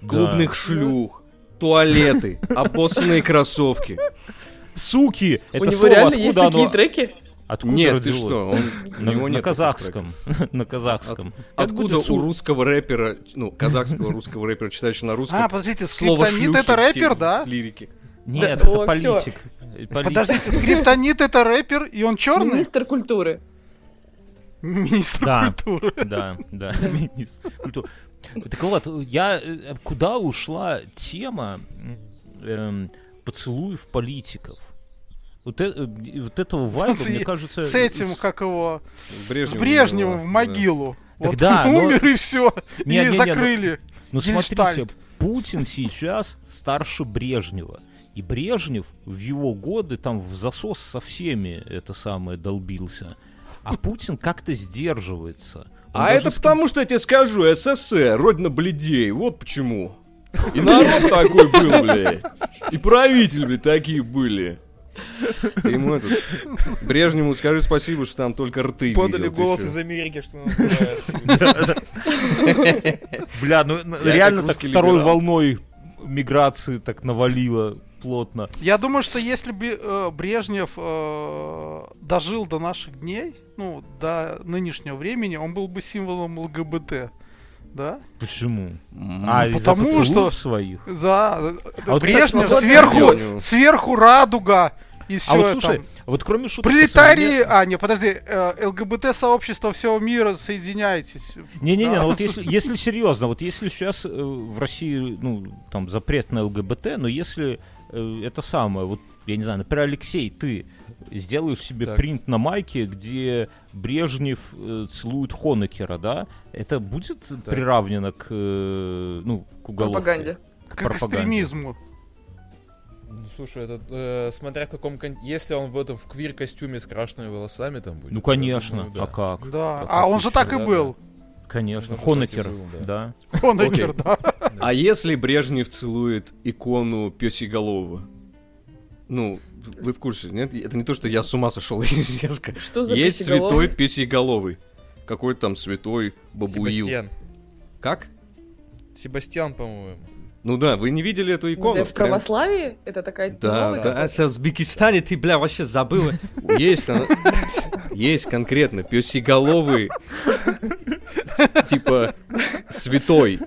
Да.
клубных шлюх, туалеты, обоссанные кроссовки.
Суки!
у
Это
него
слово
реально
откуда
есть
оно?
такие треки?
Откуда
Нет, ты
родилось?
что, он, у
На,
него
на
нет
казахском. На казахском.
Откуда,
Откуда
у
су-
русского рэпера, ну, казахского русского рэпера, читающего на русском,
А, подождите,
слово
скриптонит
«шлюхи»
это
в те-
рэпер,
в
да?
лирике?
Нет,
Да, о,
это политик. Политик.
Подождите, скриптонит это рэпер, и он черный?
Министр культуры.
Министр
Да.
культуры.
Да, да. министр культуры. Так вот, я э, куда ушла тема эм, поцелуев политиков? Вот, э- э, вот этого вайба,
С-
мне кажется...
С этим,
с-
как его, с
Брежневым было,
Брежневым
да.
в могилу.
Так
Вот
да, но-
умер и все.
Не, не,
и
не, ну-
закрыли.
Ну смотрите,
Гельштальт.
Путин сейчас старше Брежнева. И Брежнев в его годы там в засос со всеми это самое долбился. А Путин как-то сдерживается. Он
А
даже
это
с-
потому, что я тебе скажу, СССР, родина бледей, вот почему. И народ такой был, блядь. И правители, блядь, такие были.
Ты ему этот... Брежневу скажи спасибо, что там только рты
Подали
видел, ты
голос
чё.
из Америки, что называется.
Бля, ну н-
Я
реально
как
так
русский
второй
либерал.
волной миграции так навалило плотно.
Я думаю, что если бы э, Брежнев э, дожил до наших дней, ну, до нынешнего времени, он был бы символом ЛГБТ. Да?
Почему?
М.
А, из-за
потому
поцелуев
что-
своих.
За
А вот, кстати,
Брежнев
смотри,
сверху,
Брежнев.
сверху радуга и все
а вот слушай,
там.
вот кроме шуток...
Пролетарии... А, не, подожди, ЛГБТ-сообщество всего мира, соединяйтесь.
Не-не-не,
Да.
ну вот если, если серьезно, вот если сейчас э, в России, ну, там, запрет на ЛГБТ, но если э, это самое, вот, я не знаю, например, Алексей, ты сделаешь себе
Так.
принт на майке, где Брежнев э, целует Хонекера, да, это будет приравнено к, э, ну, к уголовке?
Пропаганде.
К
Как экстремизму.
Ну, Слушай, это э, смотря в каком кон- Если он в этом в квир-костюме с крашенными волосами там будет.
Ну,
я
конечно,
думаю, да.
а как?
Да.
Как
А он же
обычно,
так и
да,
был.
Конечно,
Ну, так и
Хонекер,
жил, да.
да.
Хонекер,
Окей.
да.
А если Брежнев целует икону пёсиголового? Ну, вы в курсе, нет? Это не то, что я с ума сошел резко.
Что за
Есть
пятиголовый?
святой пёсиголовый. Какой там святой бабуил.
Себастьян.
Как?
Себастьян, по-моему.
Ну да, вы не видели эту икону?
Ну, Да, в
Прям-
православии? Это такая
Да,
новая
да,
какая-то?
Это Узбекистане ты, бля, вообще забыла.
Есть, она- есть конкретно пёсиголовый, с- типа, святой.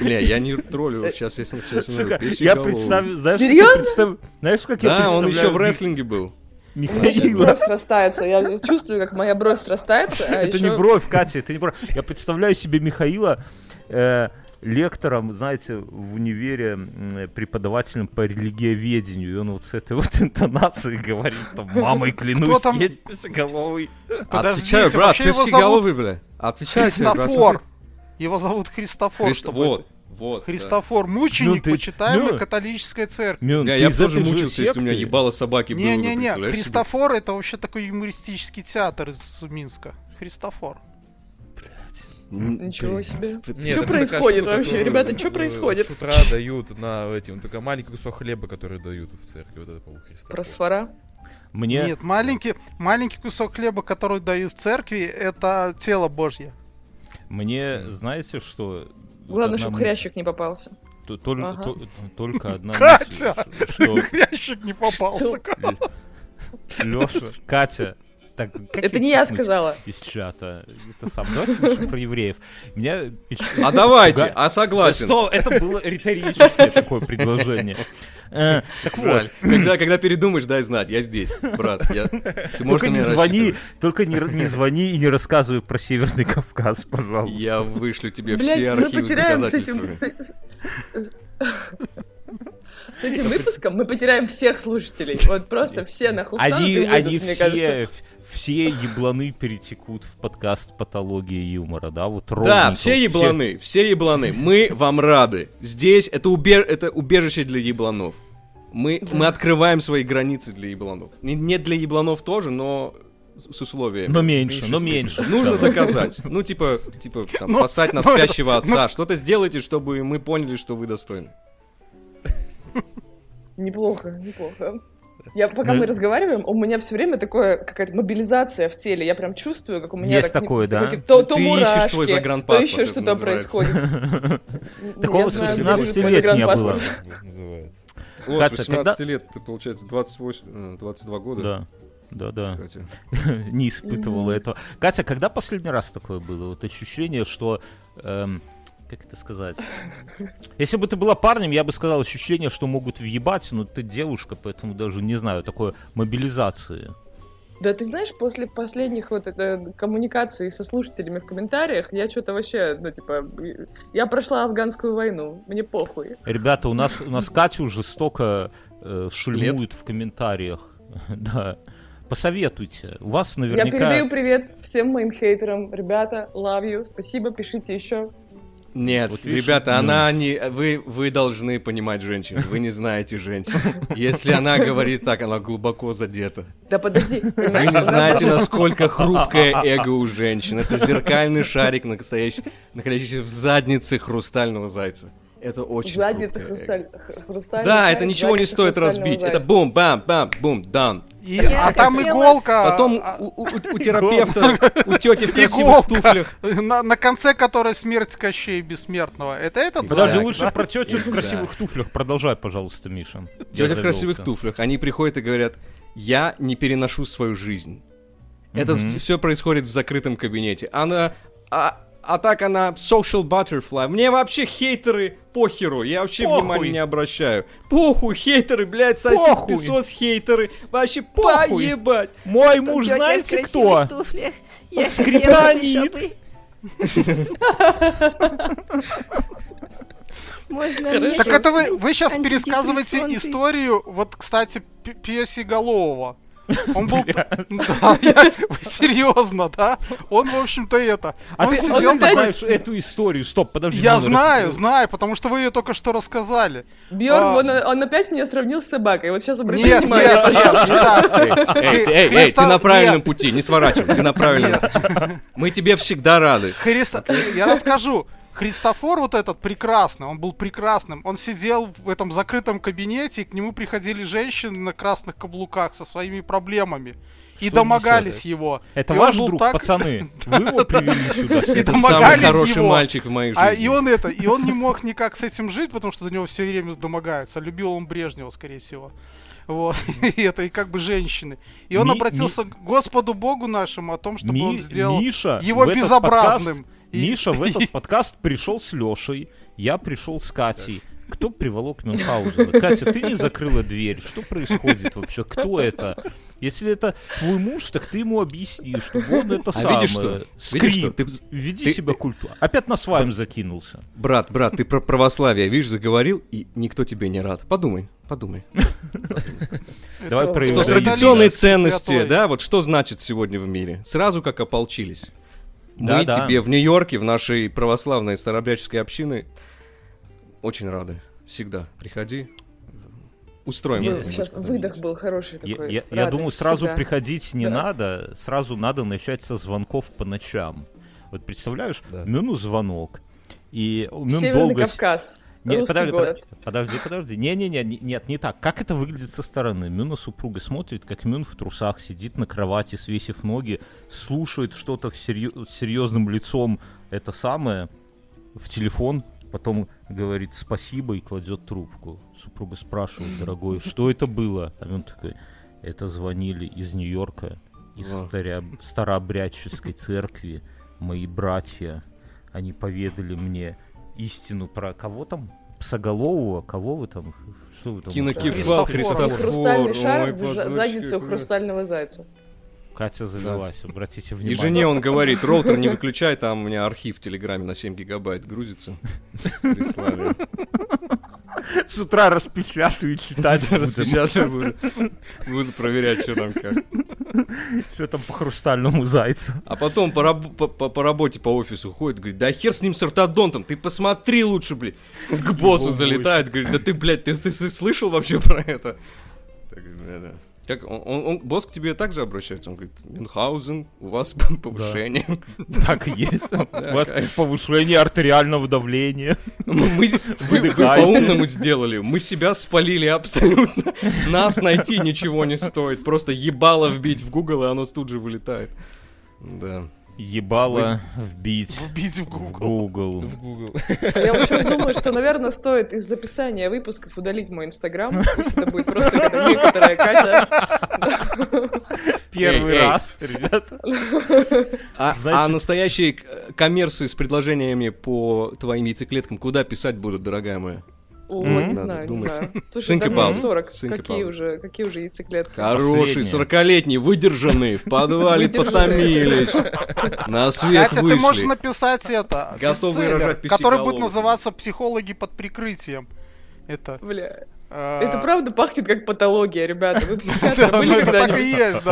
Бля, я не
Э,
троллю сейчас, если сейчас не
Сука,
знаю,
я
пёсиголовый.
представлю, знаешь, как я
Серьезно?
представ- знаешь, как я
Да, он еще
представляю
в рестлинге был.
Ми-
У меня сейчас
Михаила?
бровь срастается. Я чувствую, как моя бровь срастается. а
это не
еще-
бровь, Катя, это не бровь. Я представляю себе Михаила э, лектором, знаете, в универе м, э, преподавателем по религиоведению. И он вот с этой вот интонацией говорит, там, мамой
Кто
клянусь,
там?
есть песоголовый.
Подождите,
Отвечаю, брат,
вообще его зовут
пёсиголовый, бля. Отвечаю тебе, брат.
Христофор. Его зовут Христофор.
Христ-
чтобы
Вот,
это-
вот. да.
Христофор, мученик,
Ну ты-
почитаемый
ну.
католической церкви.
Мюн,
Бля,
ты
я
из
бы тоже
этой же
мучился, если у меня
секты?
ебало собаки было. бы,
Не-не-не,
представляешь себе?
Христофор это вообще такой юмористический театр из Минска. Христофор.
М,
Ничего
блин.
себе.
Нет,
Чё
это такая
происходит
штука,
вообще?
которую,
Ребята, чё
э,
происходит?
С утра дают на эти, вот такой маленький кусок хлеба, который дают в церкви. Вот это, по-моему, Христофор.
Просфора.
Мне
Нет, маленький, маленький кусок хлеба, который дают в церкви, это тело Божье.
Мне, знаете, что... вот
Главное,
одна
чтобы
мысль-
хрящик не попался.
то- толь-
Ага.
то- Только одна мысль,
Катя!
что
Хрящик не попался.
Леша, Катя... так, как
Это не я
тикнуть
сказала.
Из чата. Это сам. Давайте лучше про евреев. Меня впечат-
А давайте,
Пуга-
а согласен.
Что? Это было риторическое такое предложение. Э, Так
Жаль.
вот,
Когда, когда передумаешь, дай знать, я здесь, брат. Я... Ты можешь
только
на
не
меня
звони,
рассчитывать.
только не р- не звони и не рассказывай про Северный Кавказ, пожалуйста.
Я вышлю тебе все
Блять, мы
архивы с
потеряем с этим...
доказательствами.
С с этим выпуском мы потеряем всех слушателей. Вот просто все нахуй
Они,
встанут и
они
уедут, мне кажется.
все, все ебланы перетекут в подкаст «Патология юмора», да? Вот
Да,
ровненько,
все
вот
ебланы, все ебланы. Мы вам рады. Здесь это, убе- это убежище для ебланов. Мы, мы открываем свои границы для ебланов. Не, не для ебланов тоже, но с с условиями.
Но меньше, но
Меньшинство.
меньше. Ну,
Нужно
Да.
доказать. Ну, типа, типа, там, спасать на спящего отца. Что-то сделайте, чтобы мы поняли, что вы достойны.
Неплохо, неплохо. Я, пока
Ну,
мы разговариваем, у меня все время такое какая-то мобилизация в теле. Я прям чувствую, как у меня
Есть
так не-
такое, да?
такое- то, то
Ну, Ты ищешь
мурашки,
свой
то
загранпаспорт,
еще
это
что-то
называется.
происходит.
Такого
Я
с
знаю, где
18
лежит мой
лет не было.
загранпаспорт.
Называется.
О,
Катя,
с 18
когда-
лет, ты, получается, 28, э, 22 года.
Да, да, да.
Катя.
не испытывала этого. Катя, когда последний раз такое было? Вот ощущение, что эм, как это сказать? Если бы ты была парнем, я бы сказал ощущение, что могут въебать, но ты девушка, поэтому даже не знаю, такой мобилизации.
Да ты знаешь, после последних вот это, коммуникаций со слушателями в комментариях, я что-то вообще, ну типа, я прошла афганскую войну, мне похуй.
Ребята, у нас, у нас Катю жестоко э, шульмуют в комментариях. да. Посоветуйте. У вас наверняка...
Я передаю привет всем моим хейтерам. Ребята, love you, спасибо, пишите еще.
Нет,
Вот видишь,
ребята,
ну.
она не... Вы, вы должны понимать женщин, вы не знаете женщин. Если она говорит так, она глубоко задета.
Да подожди,
Вы
понимаешь,
не
она-
знаете, насколько хрупкое эго у женщин. Это зеркальный шарик, настоящий, находящийся в заднице хрустального зайца. Это очень
задница
хрупкое эго.
хрусталь... х- хрустальная.
Да,
задница
это ничего не стоит
хрустального
разбить.
зайца.
Это бум, бам, бам, бум, дан.
И, а там иголка,
Потом
а-
у, у- у- у терапевта, у тети в красивых
Иголка.
туфлях.
на, на конце которой смерть Кощей Бессмертного. Это
Подожди,
этот?
Подожди,
зайчик,
лучше
да?
про тетю в
Да.
красивых туфлях. Продолжай, пожалуйста, Миша. Я
Тетя в красивых
завелся.
туфлях. Они приходят и говорят, я не переношу свою жизнь. Это
Мгм.
все происходит в закрытом кабинете. Она... А, а так она social butterfly. Мне вообще хейтеры похеру. Я вообще
Похуй.
внимания не обращаю. Похуй, хейтеры, блядь, сосед
Похуй.
песос, хейтеры. Вообще
Похуй.
поебать.
Мой муж, знаете кто?
Я
скрипонит.
Можно мне?
Так это вы, вы сейчас пересказываете
Антидепрессанты.
историю, вот, кстати, П- Пьесиголового. Он был... Да, я- серьезно, да? Он, в общем-то, это...
А
он
ты
сидел
откуда
такой,
знаешь эту историю? Стоп, подожди.
Я
надо
знаю,
рассказать.
знаю, потому что вы ее только что рассказали.
Бьорн,
А.
он, он опять меня сравнил с собакой. Вот сейчас обрати
Нет,
внимание.
нет, сейчас, да.
Эй, эй,
Ты-
эй,
ты
эй, ты
стал-
на правильном
нет.
пути, не сворачивай, ты на правильном пути. Мы тебе всегда рады.
Христа- Я расскажу. Христофор вот этот прекрасный, он был прекрасным. Он сидел в этом закрытом кабинете, и к нему приходили женщины на красных каблуках со своими проблемами. И
Что
домогались
несёт,
его.
Это
И он
ваш
был
друг,
так-
пацаны. Вы его привели сюда. с
И
этой
Самый
домогались
хороший
его.
мальчик в моей жизни.
А и он это, и он не мог никак с этим жить, потому что до него все время домогаются. Любил он Брежнева, скорее всего. Вот, и это, и как бы женщины. И он
Ми-
обратился к Господу Богу нашему о том, чтобы
Ми-
он сделал
Миша
его
в этот
безобразным.
подкаст-
И-
Миша в этот подкаст пришел с Лешей, я пришел с Катей. Кто приволок Мюнхгаузена? Катя, ты не закрыла дверь. Что происходит вообще? Кто это? Если это твой муж, так ты ему объясни, чтобы он это
А
самое...
видишь что?
Скрип.
Видишь что? Ты-
Веди
ты-
себя
ты-
культурно. Опять на сваем закинулся.
Брат, брат, ты про православие, видишь, заговорил, и никто тебе не рад. Подумай, подумай.
Давай про
Что
Иудаизм.
иудаизм.
традиционные
Святой.
ценности, да, вот что значит сегодня в мире? Сразу как ополчились.
Да,
Мы
да.
тебе в Нью-Йорке, в нашей православной старообрядческой общины очень рады. Всегда. Приходи. Устроим.
Был-
это,
Сейчас
господа.
выдох был хороший
Я,
такой.
я- я
радость
думаю, сразу
всегда.
приходить не
Да.
надо, сразу надо начать со звонков по ночам. Вот представляешь,
Да.
Мюну звонок, и Мюн
Северный
ну, долго... с-
Кавказ.
Не,
Русский
подожди,
город.
подожди, подожди, подожди. Не-не-не, не- нет, не так. Как это выглядит со стороны? Мюна супруга смотрит, как Мюн в трусах сидит на кровати, свесив ноги, слушает что-то всерьё- с серьезным лицом, это самое, в телефон, потом говорит спасибо и кладет трубку. Супруга спрашивает, дорогой, что это было? А Мюн такой, это звонили из Нью-Йорка, из
Во.
старя- старообрядческой церкви, мои братья. Они поведали мне истину про кого там? Псоголового? Кого вы там? Что вы там?
Кинокефал
Христофор.
Христофор.
И Хрустальный шар
Ой,
в жа-
божечки,
заднице у
какой.
хрустального зайца.
Катя завелась, обратите
И
внимание.
жене он говорит, роутер не выключай, там у меня архив в Телеграме на 7 гигабайт грузится. Прислали.
С утра распечатаю и читать будем.
Распечатаю, буду- буду проверять, что там как.
Что там по хрустальному зайцу?
А потом по, раб- по- по- по работе по офису ходит, говорит, да хер с ним с ортодонтом, ты посмотри лучше, блядь. К боссу залетает, говорит, да ты, блядь, ты, ты с- слышал вообще про это? Так, бля, да. Как, он, он- он- босс к тебе также обращается, он говорит, Мюнхгаузен, у вас повышение.
Так и есть. У вас повышение артериального давления.
Ну, Мы, вы, вы
Выдыхайте.
по-умному сделали. Мы себя спалили абсолютно. Нас найти ничего не стоит. Просто ебало вбить в Google, и оно тут же вылетает. Да.
Ебало вбить
Вбить в
в
Google.
Google.
В Google.
А Я вообще думаю, что, наверное, стоит из записания выпусков удалить мой инстаграм. Пусть это будет просто как некоторая Катя.
Первый
Эй, эй.
раз, ребята.
А,
Значит-
а настоящие к- коммерсы с предложениями по твоим яйцеклеткам куда писать будут, дорогая моя?
О,
Мгм.
не
Надо
знаю, не
думать.
знаю. Слушай,
Шинка
там уже
Павла.
40.
Шинка
Какие
Павла.
уже, какие уже яйцеклетки?
Хороший,
Последняя.
40-летний, выдержанный, в подвале
Выдержанный.
потомились, на свет
Катя, ты можешь
вышли.
написать это.
Готовы
бестселлер,
рожать
Который будет
пищеголовых.
называться «Психологи под прикрытием». Это...
Бля,
э,
это правда пахнет как патология, ребята. Вы психиатры
Да, ну
были
это так и
когда-нибудь?
есть,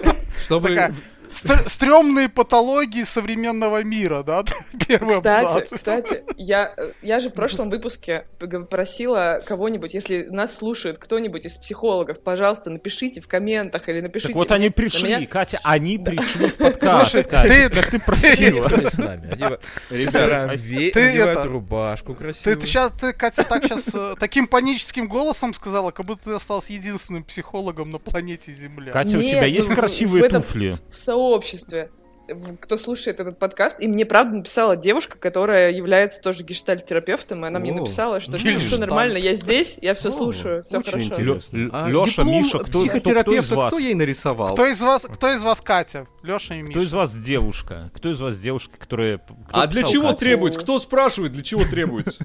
да.
Чтобы
Такая стр- Стрёмные патологии современного мира, да? Первый
Кстати,
абзац.
кстати, я, э, я же в прошлом выпуске г- просила кого-нибудь, если нас слушает кто-нибудь из психологов, пожалуйста, напишите в комментах или напишите.
Так вот они пришли,
меня-
Катя, они пришли в подкаст,
Слушай,
Катя,
ты-
как ты просила.
Они с нами. Одева- собираем ве-
ты
Одевают
это-
рубашку красивую.
Ты, сейчас, ты, Катя, так сейчас таким паническим голосом сказала, как будто ты остался единственным психологом на планете Земля.
Катя, у
Нет,
тебя есть
ну,
красивые
в этом-
туфли?
в сообществе, в- кто слушает этот подкаст. И мне, правда, написала девушка, которая является тоже гештальт-терапевтом, и она мне
О,
написала, что все
гештальт.
интересно. нормально, я здесь, я все слушаю, все
очень
хорошо.
интересно. А
Леша,
диплом
Миша, кто, кто, кто
психотерапевта
из вас?
кто ей нарисовал?
Кто из вас, кто из вас Катя? Леша и Миша.
Кто из вас девушка? Кто из вас девушка, которая... кто
А для
писал
чего
Катю?
требуется? Кто спрашивает, для чего требуется?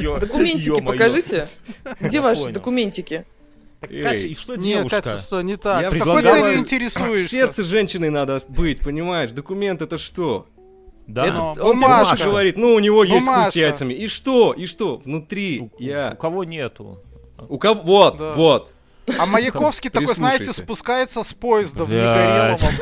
Ё-
Документики
ё-моё.
покажите. Где ваши
понял.
документики?
Катя, и что
Нет, Катя,
девушка?
что, не так.
Я
С какой
предлагаю-
целью
В
интересуешься?
сердце женщины надо быть, понимаешь? Документ это что?
Да.
Это-
Ну,
он тебе
бумажка.
Маша говорит, ну у него есть хуй с
Бумажка.
яйцами. И что? И что?
У-
Внутри
У
я.
кого нету?
У кого? Вот,
Да.
вот.
А Маяковский такой,
Прислушайся.
знаете, спускается с поезда в
Блядь.
Негореловом.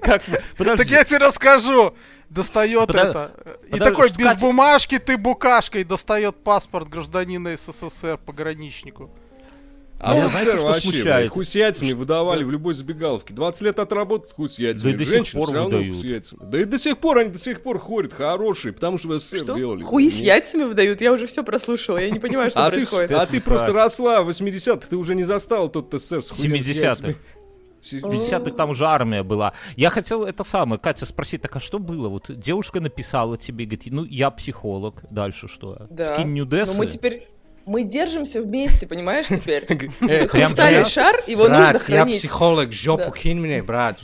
Как? Подожди.
Так я тебе расскажу. Достает
Подо-
это. И
подо-
такой,
что
без
Катя-
бумажки ты букашкой достает паспорт гражданина СССР пограничнику.
А
Ну,
вот
знаете,
сэр,
что
вообще,
смущает?
блядь, Хуй с яйцами выдавали в любой забегаловке. 20 лет отработать хуй с яйцами.
Да и до сих
Женщины
пор
всё равно
выдают.
хуй с яйцами. Да и до сих пор, они до сих пор хорят хорошие, потому что в СССР
Что?
делали.
Хуи с
Нет.
яйцами выдают? Я уже все прослушала, я не понимаю, что
А ты,
происходит.
а
Это
ты просто
прекрасно.
росла в 80-х, ты уже не застал тот СССР с хуйней с
70-х.
яйцами. Си-
В 50-х там же армия была. Я хотел это самое, Катя, спросить, так а что было? Вот девушка написала тебе, говорит, ну я психолог, дальше что?
Да.
Скинь
Но
нюдесы?
мы теперь... Мы держимся вместе, понимаешь, теперь?
Э,
Хрустальный
прям-
шар, его нужно хранить.
психолог,
Да.
кинь мне, брат.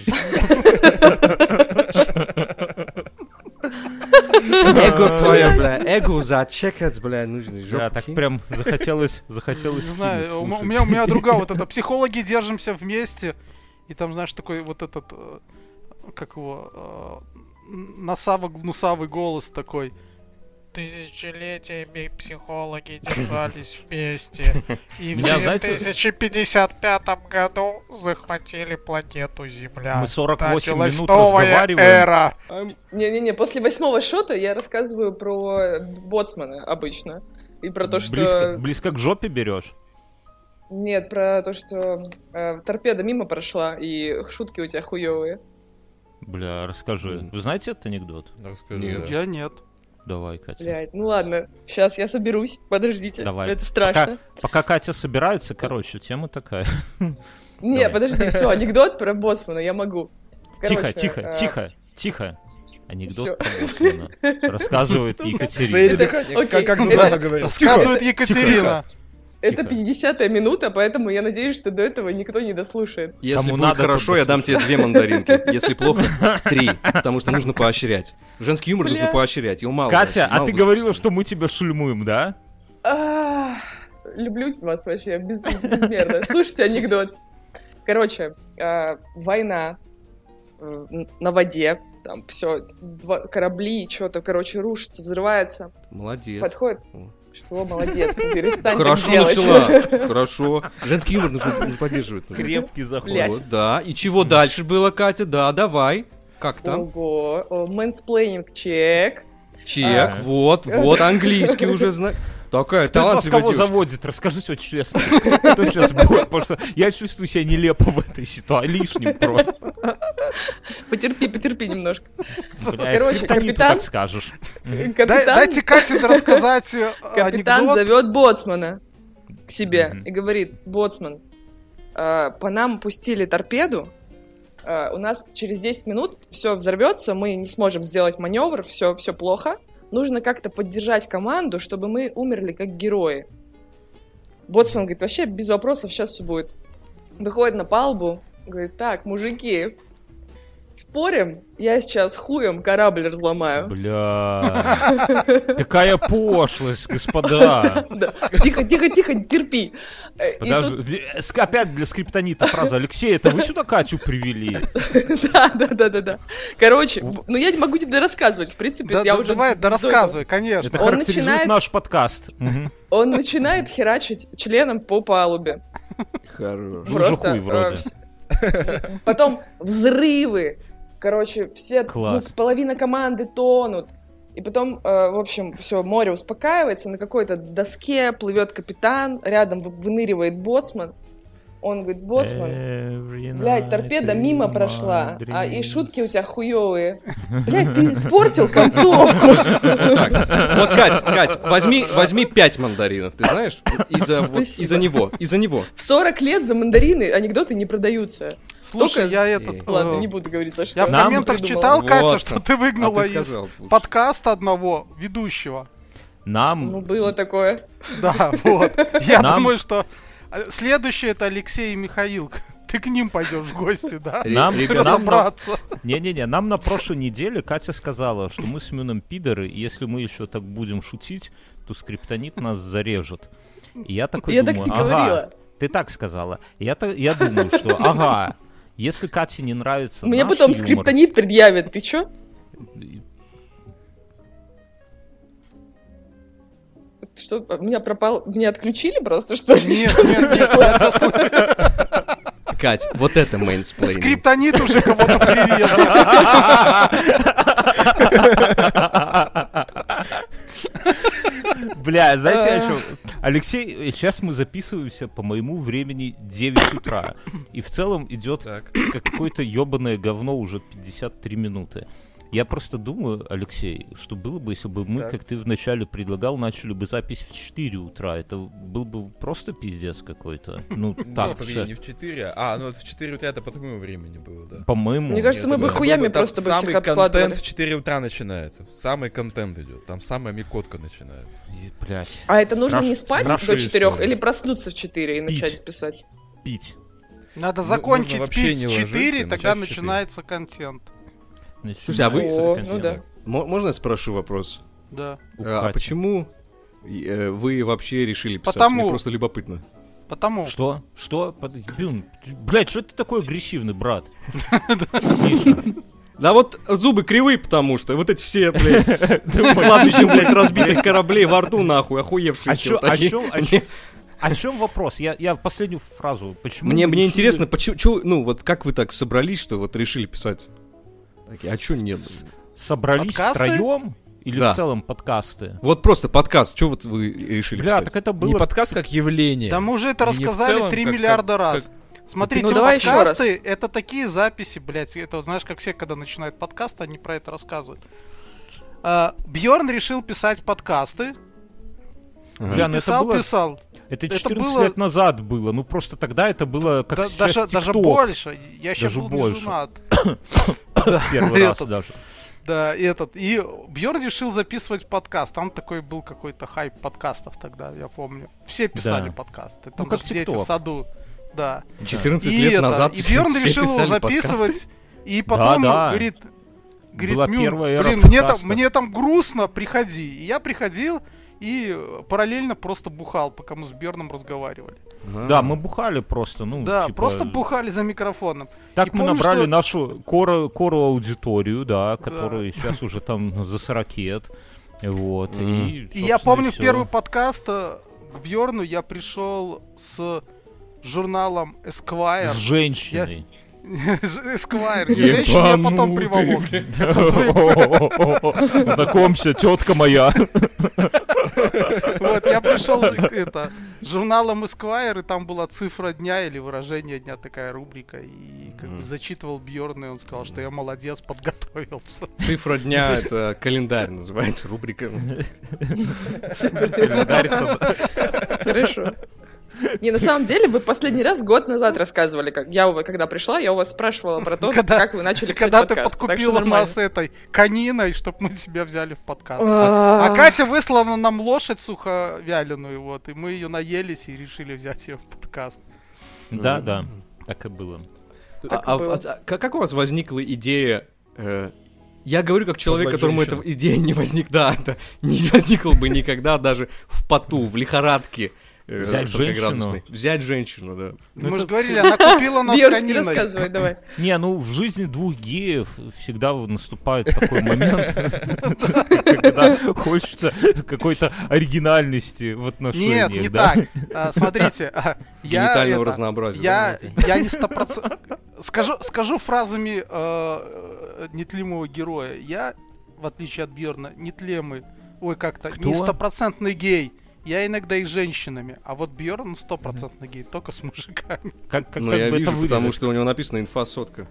Эго твое, бля, эго зачекать, бля, нужно
Да, так прям захотелось, захотелось
Не знаю, у
скинуть,
м- у
слушай.
меня, у меня другая вот это. Психологи держимся вместе. И там, знаешь, такой вот этот, э, как его, э, носаво гнусавый голос такой. Тысячелетиями психологи держались вместе. И
Меня,
в
знаете-
2055 году захватили планету Земля.
Мы 48
Началась
минут
новая
разговариваем.
эра.
Не-не-не, после восьмого шота я рассказываю про боцмана обычно. И про то, что...
близко, близко к жопе берешь?
Нет, про то, что э, торпеда мимо прошла, и шутки у тебя хуевые.
Бля, расскажи.
М.
Вы знаете этот анекдот?
Расскажи.
Нет.
да.
Я нет.
Давай, Катя.
Блядь, ну ладно, сейчас я соберусь, подождите.
Давай.
Это страшно.
Пока Катя собирается, короче, тема такая.
Не,
Давай.
подожди, все, анекдот про боцмана, я могу. Короче,
тихо, тихо,
э,
тихо, тихо.
всё.
Анекдот про Гофмана рассказывает Екатерина.
Стоит дыхание,
окей.
Как, как
Это-
Златана говорила.
Рассказывает Екатерина.
Это
Тихо.
50-я минута, поэтому я надеюсь, что до этого никто не дослушает.
Если
Кому
будет
надо,
хорошо,
тот
я дам тебе две мандаринки. Если плохо, три. Потому что нужно поощрять. Женский юмор
Бля.
нужно поощрять. Его мало.
Катя,
вообще,
а
мало
ты
выпущено.
говорила, что мы тебя шульмуем, да?
Ах, А, Люблю вас вообще без- безмерно. Слушайте анекдот. Короче, э, война э, н- на воде, там все, корабли, что-то, короче, рушится, взрывается.
Молодец.
Подходит.
О.
Что, молодец, ну перестань так
Хорошо
делать.
начала. Хорошо. Женский юмор нужно нужно поддерживать. нужно.
Крепкий заход.
Блядь.
Вот, Да. И чего дальше было, Катя? Да, давай. Как там?
Ого, о, мэнсплейнинг, чек.
Чек,
А.
вот, вот, английский уже знает. Такая
Кто из вас
талантливая
кого
девушка.
заводит? Расскажите очень честно. Кто сейчас будет? Потому что я чувствую себя нелепо в этой ситуации. Лишним просто.
Потерпи, потерпи немножко.
Бля,
Короче,
скриптониту
капитан-
так скажешь.
Дай-
Капитан,
Дайте Кате рассказать э,
капитан
анекдот.
зовет боцмана к себе
Мгм.
и говорит, боцман, э, по нам пустили торпеду, э, у нас через 10 минут все взорвется, мы не сможем сделать маневр, все, все плохо. Нужно как-то поддержать команду, чтобы мы умерли как герои. Боцман говорит, вообще без вопросов сейчас все будет. Выходит на палубу, говорит, так, мужики, Спорим, я сейчас хуем корабль разломаю.
Бля. Какая пошлость, господа.
Да. Тихо, тихо, тихо, терпи. Э, и
Подожди.
тут-
Э, ск- Опять для скриптонита фраза. Алексей, это вы сюда Катю привели?
Да, да, да, да, да. Короче, ну я не могу тебе рассказывать, в принципе,
Да,
я
да,
уже...
давай, да
до этого.
рассказывай, конечно.
Это
Он
характеризует
начинает-
наш подкаст. Мгм.
Он начинает херачить членом по палубе.
Хорош.
Ну, жухуй вроде.
э, вс- Потом взрывы. Короче, все,
Класс.
ну, половина команды тонут. И потом, э, в общем, все, море успокаивается, на какой-то доске плывет капитан, рядом вы- выныривает боцман. Он говорит, боцман, блядь, торпеда мимо прошла, а и шутки у тебя хуевые. Блядь, ты испортил концовку.
Так, вот, Кать, Кать, возьми, возьми пять мандаринов, ты знаешь? Из-за вот,
Спасибо.
из-за него, из-за него.
В 40 лет за мандарины анекдоты не продаются.
Слушай,
Только-
я этот...
Эй.
э,
Ладно, не буду говорить, за что.
Я в
Нам-
комментах
придумала.
читал, Катя,
Вот
что
так.
ты
А
выгнала
ты
из
сказал лучше.
подкаста одного ведущего.
Ну,
Нам
было такое.
Да, вот. Я
Нам-
думаю, что э, следующий это Алексей и Михаил. Ты к ним пойдешь в гости, да?
Ре-
Нам-
ребят,
нам-
Разобраться.
Не-не-не, нам на прошлой неделе Катя сказала, что мы с Мюном пидоры, и если мы еще так будем шутить, то скриптонит нас зарежет. И я такой
Я так
думаю,
не
ага,
говорила.
ты так сказала. Я, та- я думаю, что ага, если Кате не нравится
Мне
наш
потом
юмор,
скриптонит предъявят, ты чё? Что, меня пропал, меня отключили просто, что ли?
Нет, нет, нет, я засл-
Кать, вот это мейнсплейн.
Скриптонит уже кого-то прирезал.
Бля, знаете,
А.
я чё? Алексей, сейчас мы записываемся по моему времени 9 утра. И в целом идет
Так.
как какое-то ебаное говно уже 53 минуты. Я просто думаю, Алексей, что было бы, если бы мы,
Так.
как ты вначале предлагал, начали бы запись в 4 утра. Это был бы просто пиздец какой-то. Ну,
Ну,
так,
погоди,
всё.
не в 4, а, ну это в 4 утра, это по такому времени было, да.
по-моему.
Мне кажется,
Нет,
мы бы
это было-
хуями
там
просто бы
самый
всех обкладывали.
контент в 4 утра начинается. Самый контент идет. Там самая микотка начинается.
И, Блядь,
А это нужно не
Страш-
спать
страшная
до четырех
история.
или проснуться в четыре и начать писать?
пить.
Надо
Ну,
закончить
нужно вообще
пить
не
в
ложиться,
4, тогда
начать в 4.
начинается контент.
Слушай, а вы-
О,
Начинается
ну да.
контент.
Мо- Можно я спрошу вопрос?
Да.
У
А,
Кати.
почему э, вы вообще решили писать?
Потому.
Мне просто любопытно.
Потому
Что? Что? Под- Блин, ты- Блядь, что ты такой агрессивный, брат?
Да вот зубы кривые, потому что вот эти все, блядь, с кладбищем, блядь, разбитых кораблей во рту, нахуй, охуевшие.
А
все
чё-
вот
а
они.
чё- а
Мне-
чё- О чем вопрос? Я, я последнюю фразу. Почему
Мне,
вы
мне
решили-
интересно, почему, чё- ну вот как вы так собрались, что вот решили писать? Такие, А чё нет?
собрались
Подкасты?
втроем или
Да.
в целом подкасты?
Вот просто подкаст, что вот вы решили
Бля,
писать?
так это
Не
было...
подкаст как явление.
Да мы уже это
Не в
рассказали
целом,
3
как-
миллиарда
как-
раз. Смотрите,
Ну, давай еще раз.
подкасты это такие записи, блядь. Это вот знаешь, как все, когда начинают подкаст, они про это рассказывают. Бьорн решил писать подкасты.
Бля, ну это
писал,
было...
писал.
Это
это
14
было-
лет назад было. Ну просто тогда это было как
Да-
сейчас
даже, даже
TikTok
больше. Я сейчас
Даже
был
больше.
не женат.
Первый раз
этот.
даже.
Да, и этот. И Бьорн решил записывать подкаст. Там такой был какой-то хайп подкастов тогда, я помню. Все писали
Да.
подкасты.
Ну,
Там
как
даже дети в
TikTok.
саду. Да.
14
И,
лет
это,
назад
и Бьорн
все
решил его
писали подкасты.
записывать. И потом
да.
говорит, говорит,
Была
«Мюн,
первая эра
блин, мне там,
подкастов».
мне там грустно, приходи. И я приходил и э, параллельно просто бухал, пока мы с Бьорном разговаривали.
Ага.
Да, мы бухали просто, ну,
да,
типа,
просто бухали за микрофоном.
Так
И
мы
помню,
набрали
что-
нашу кору, кору аудиторию, да, которая сейчас уже там за 40 лет. Вот.
Мгм.
И,
И я
собственно,
помню в
всё.
первый подкаст э, к Бьорну я пришел с журналом Esquire.
С женщиной.
Esquire. не Женщину я потом приволок. Это свои-
Знакомься, тетка моя.
Вот, я пришел к- это, с журналом Esquire, и там была цифра дня или выражение дня, такая рубрика. И как бы зачитывал Бьорн, и он сказал, что я молодец, подготовился.
Цифра дня — это календарь называется, рубрика.
Хорошо. Не, на самом деле, вы последний раз год назад рассказывали, как я у вас- когда пришла, я у вас спрашивала про то,
Когда-
как вы начали писать
Когда ты
подкаст. Так что
подкупила
нормально.
нас этой кониной, чтобы мы тебя взяли в подкаст.
А.
А Катя выслала нам лошадь суховяленую, вот, и мы ее наелись и решили взять ее в подкаст.
Да, да. Так и было.
А-
Так и
а-
было.
а- как как у вас возникла идея? э, я говорю как человек, которому эта
Conflagration.
идея не возник, да, это не возникла бы никогда даже в поту, в лихорадке. э,
Взять
40-градусной.
женщину?
Взять женщину, да.
Ну,
Мы же говорили, она купила нас
Верский,
кониной.
рассказывай, давай.
Не, ну в жизни двух геев всегда наступает такой момент, когда хочется какой-то оригинальности в
Нет, не
отношениях. да.
так. А, Смотрите, а, я...
Генитального
это,
разнообразия.
Я,
да,
я не стопроцентно... Скажу, скажу фразами э, нетлимого героя. Я, в отличие от Бьерна, нетлемый. Ой, как-то
Кто?
не стопроцентный гей. Я иногда и с женщинами. А вот Бьерн он стопроцентный гей, только с мужиками.
Как, как,
Ну,
как
я
бы это
вижу, потому
вырезать?
что у него написано инфа сотка.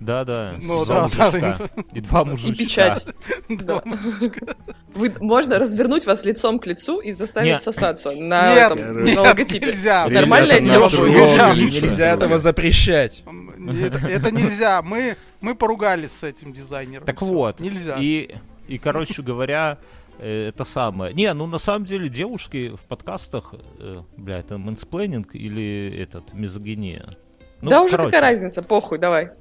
Да, да.
Ну
два
да, да,
мужичка. И два мужичка.
И печать.
Да.
Да. Вы- можно развернуть вас лицом к лицу и заставить
Нет.
сосаться на,
Нет,
этом,
нет,
на логотипе.
А
Нельзя.
Ребята, Нормальное дело
было.
Нельзя,
Нельзя этого запрещать.
Это, это нельзя. Мы, мы поругались с этим дизайнером.
Так
Всё.
вот.
Нельзя.
И, и, короче говоря, э, это самое. Не, ну на самом деле девушки в подкастах, э, бля, это мэнсплейнинг или этот, мизогиния? Ну,
да уже
короче,
какая разница, похуй, давай.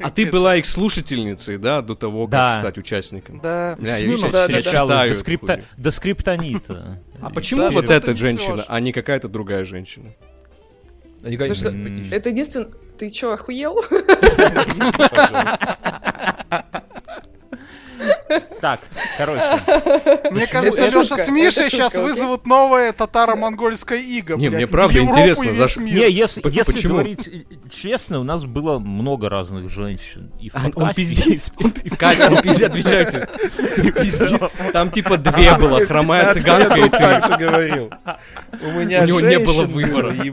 А ты была их слушательницей, да, до того, как
Да.
стать участником?
Да.
Да,
С
я
ними
сейчас
да, да, да.
встречалась
читаю
до,
эту
скрипта-
хуйню.
до скриптонита.
А
И-
почему
Да,
вот
что
эта
ты
женщина,
несёшь?
а не какая-то другая женщина?
Они,
что-
конечно, симпатичны.
Это единственное... Ты чё, охуел?
Так, короче.
Мне кажется,
ну, Это
Леша
шутка,
с Мишей
это
сейчас
шутка, окей?
вызовут новое татаро-монгольское иго.
Не,
блядь,
мне
и
правда
Европу,
интересно,
и весь
за ш-
мир.
Не, если,
Пог-
если
почему?
говорить э, честно, у нас было много разных женщин. И в
А, он
подкасте,
пиздит.
и в- и в- и в-
Катя, ну, пизде- отвечайте. Пиздит. Там типа две было, хромая цыганка
15 лет
и
он
ты.
так же говорил. У меня
У него не было
женщин
выбора.
было, и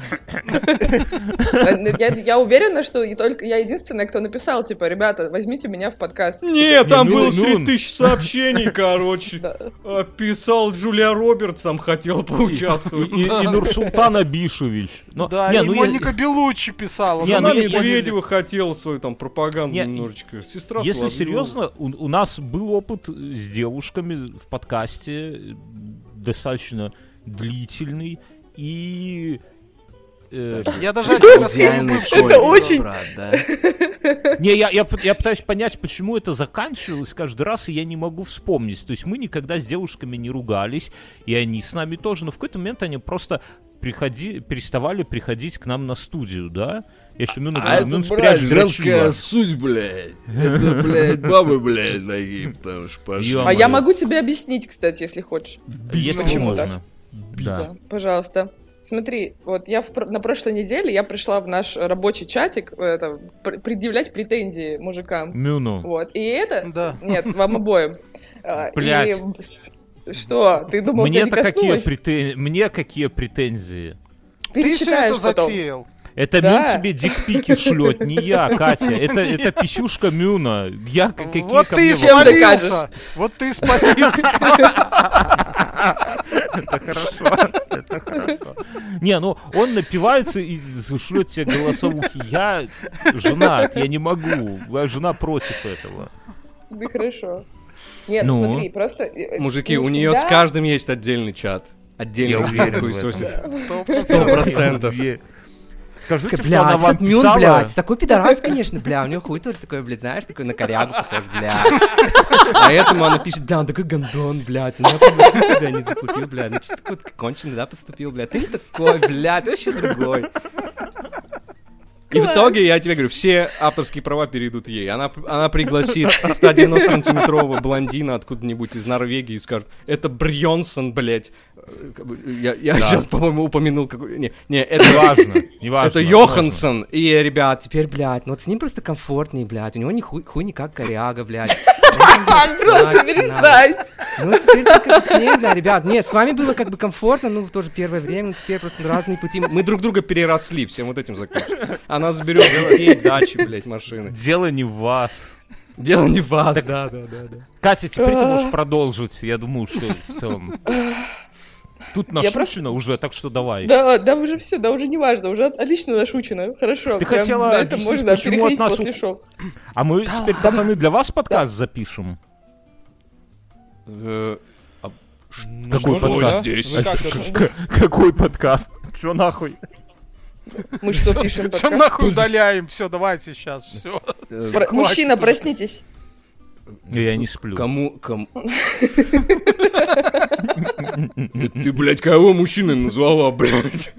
Э, ну, Я, я уверена, что и только я единственная, кто написал, типа, ребята, возьмите меня в подкаст.
Не, там
ну,
было
ну.
3000 сообщений, короче.
Да.
А, Писал Джулия Робертс, там хотел поучаствовать.
и- и Нурсултан Абишевич. Но-
Да,
не,
и
ну, я-
Моника Белуччи писала.
Не,
Она-
Она
ну, я- я-
Медведева хотела свою там пропаганду
Не,
немножечко. Сестра
Если
Соловьева.
серьезно, у, у нас был опыт э, с девушками в подкасте э, достаточно длительный и э,
Я даже один раз её бывшую-
Это очень...
не я, я п- я пытаюсь понять, почему это заканчивалось каждый раз, и я не могу вспомнить. То есть мы никогда с девушками не ругались, и они с нами тоже, но в какой-то момент они просто приходи, переставали приходить к нам на студию, да? ну, Я еще Мюн,
А это,
Мюн
блядь,
спрячь дрочила.
женская суть, блядь. Это, блядь, бабы, блядь, такие, потому что пошли.
Ё-моё.
А я могу тебе объяснить, кстати, если хочешь.
Если
Почему
можно. Да.
Да, пожалуйста. Смотри, вот я в пр- на прошлой неделе я пришла в наш рабочий чатик э, это, пр- предъявлять претензии мужикам.
Мюну.
Вот. И это...
Да.
Нет, вам обоим. А, и-
Блядь.
Что? Ты думал, тебя не
Мне-то какие
коснулось?
претензии? Мне какие претензии?
Ты все
Перечитаешь
это
потом.
затеял.
Это
Да.
Мюн тебе дикпики шлет, не я, Катя. Это, это пищушка Мюна. Я к- какие
Вот
ко
ты
мне
и
вот-
Чем
спалился.
докажешь?
Вот ты и спалился.
Не, ну он напивается и шлет тебе голосовухи. Я женат, я не могу. Моя жена против этого.
Да хорошо. Нет,
Ну?
смотри, просто... э, э,
Мужики,
не
у нее с
всегда-
каждым есть отдельный чат.
Я
Отдельный
уверен в
чат
этом.
хуесосит.
Стоп.
Сто процентов.
Е- Скажите, что она
Блядь,
вам
этот Мюн,
писала?
блядь, такой пидорас, конечно, бля, у него хуй тоже такой, блядь, знаешь, такой на корягу похож, бля.
Поэтому она пишет,
Пишет, бля, он такой гондон, блядь, он нахуй на суд, бля, не заплатил, бля, ну что такой вот конченый, да, поступил, блядь, ты не такой, блядь, ты вообще другой.
И в итоге, я тебе говорю, все авторские права перейдут ей. Она, она пригласит 190-сантиметрового блондина откуда-нибудь из Норвегии и скажет, это Брьонсон, блядь. Э, как бы, Я, сейчас, по-моему, упомянул какой... Не, не, это...
Неважно, неважно.
Это Йоханссон. И, ребят,
А теперь, блядь, ну вот с ним просто комфортнее, блядь, у него не хуй, хуй никак коряга, блядь.
А, Просто
Знать
перестань!
Ну, теперь так как бы с ним, бля, ребят, нет, с вами было как бы комфортно, ну, тоже первое время, но теперь просто разные пути.
мы друг друга переросли, всем вот этим закончим.
А
Она заберет детей, дачи, блядь, машины.
Дело не в вас.
Дело не в вас,
Да, да, да, да.
Катя, теперь ты можешь продолжить. Я думаю, что в целом... Тут
Я
нашучено уже, так что давай.
Да, да уже все, да уже не важно, уже отлично нашучено, хорошо.
Ты
прям
хотела
на это
объяснить, почему
можно
от
переходить
нас
после
ух-
шоу.
А мы теперь, пацаны, для вас подкаст запишем.
Э,
Ну,
Какой
можно,
подкаст?
да?
здесь?
Ну, как
К- Какой подкаст? Чё нахуй?
Мы что пишем?
Все
подкаст?
нахуй удаляем, все, давайте сейчас, все.
Про- Мужчина, проснитесь.
Я не сплю.
Кому, кому... Это Ты, блядь, кого мужчиной назвала, блядь?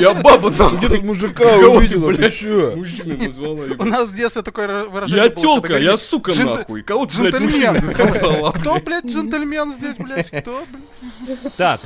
Я баба там
Где тут мужика
Кого ты,
увидела, ты
блядь?
чё?
мужчиной назвала.
У
ебать.
нас в детстве такое ра- выражение
Я
было,
тёлка,
когда
я
говорили,
сука
джент-
нахуй. Кого ты, блядь, мужчиной
Джентльмен.
назвала?
Кто, блядь, джентльмен здесь, блядь? Кто, блядь?
Так,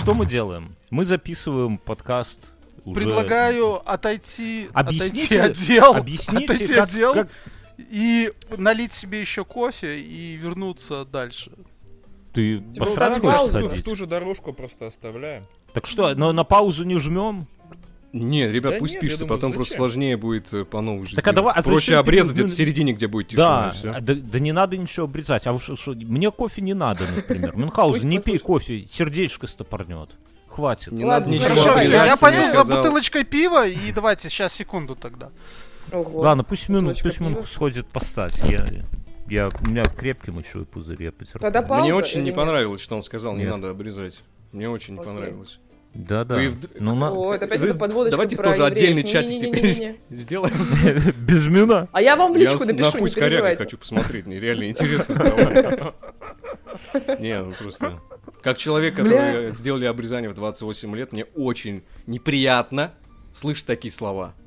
что мы делаем? Мы записываем подкаст уже...
Предлагаю отойти,
Объясните-
отойти от дел,
объясните,
отойти
как-
от дел
как-
и налить себе еще кофе и вернуться дальше.
Ты
Типа,
посрать
вот так
хочешь
паузу.
Ту- В
садить?
ту же дорожку просто оставляем.
Так что, но на паузу не жмем?
Не, ребят,
Да
пусть
нет, я
пишется,
думаю,
потом
зачем?
просто сложнее будет э, по новой жизни.
Так а давай- а
Проще
зачем
обрезать
ты-
где-то в середине, где будет тишина,
Да,
и всё.
а, да, да не надо ничего обрезать. А вы шо- шо, мне кофе не надо, например. Мюнхгаузен, не пей кофе, сердечко стопорнет. Хватит.
Не
Ладно,
надо ничего
Хорошо,
обрезать,
все,
обрезать,
я
ты мне
пойду за
сказал.
бутылочкой пива и давайте сейчас секунду тогда.
Ого.
Ладно, пусть Мюн,
Бутылочка
пусть Мюн
пива.
сходит постать. Я, я, у меня крепкий мочевой пузырь, я потерплю.
Тогда пауза
Мне очень
или
не
нет?
понравилось, что он сказал, не
Нет.
надо обрезать. Мне очень не
Окей.
понравилось.
Да, да.
Вы вд-
Ну, на-
О, это опять
Вы-
эта подводочка
давайте
про
тоже
евреев.
отдельный чатик
Не-не-не-не-не.
теперь сделаем.
Без Мюна.
А я вам в личку
с-
напишу,
нахуй
не
с корягой
переживайте.
хочу посмотреть, мне реально интересно. давай. Не, ну просто... Как человек, который э, сделали обрезание в 28 лет, мне очень неприятно слышать такие слова.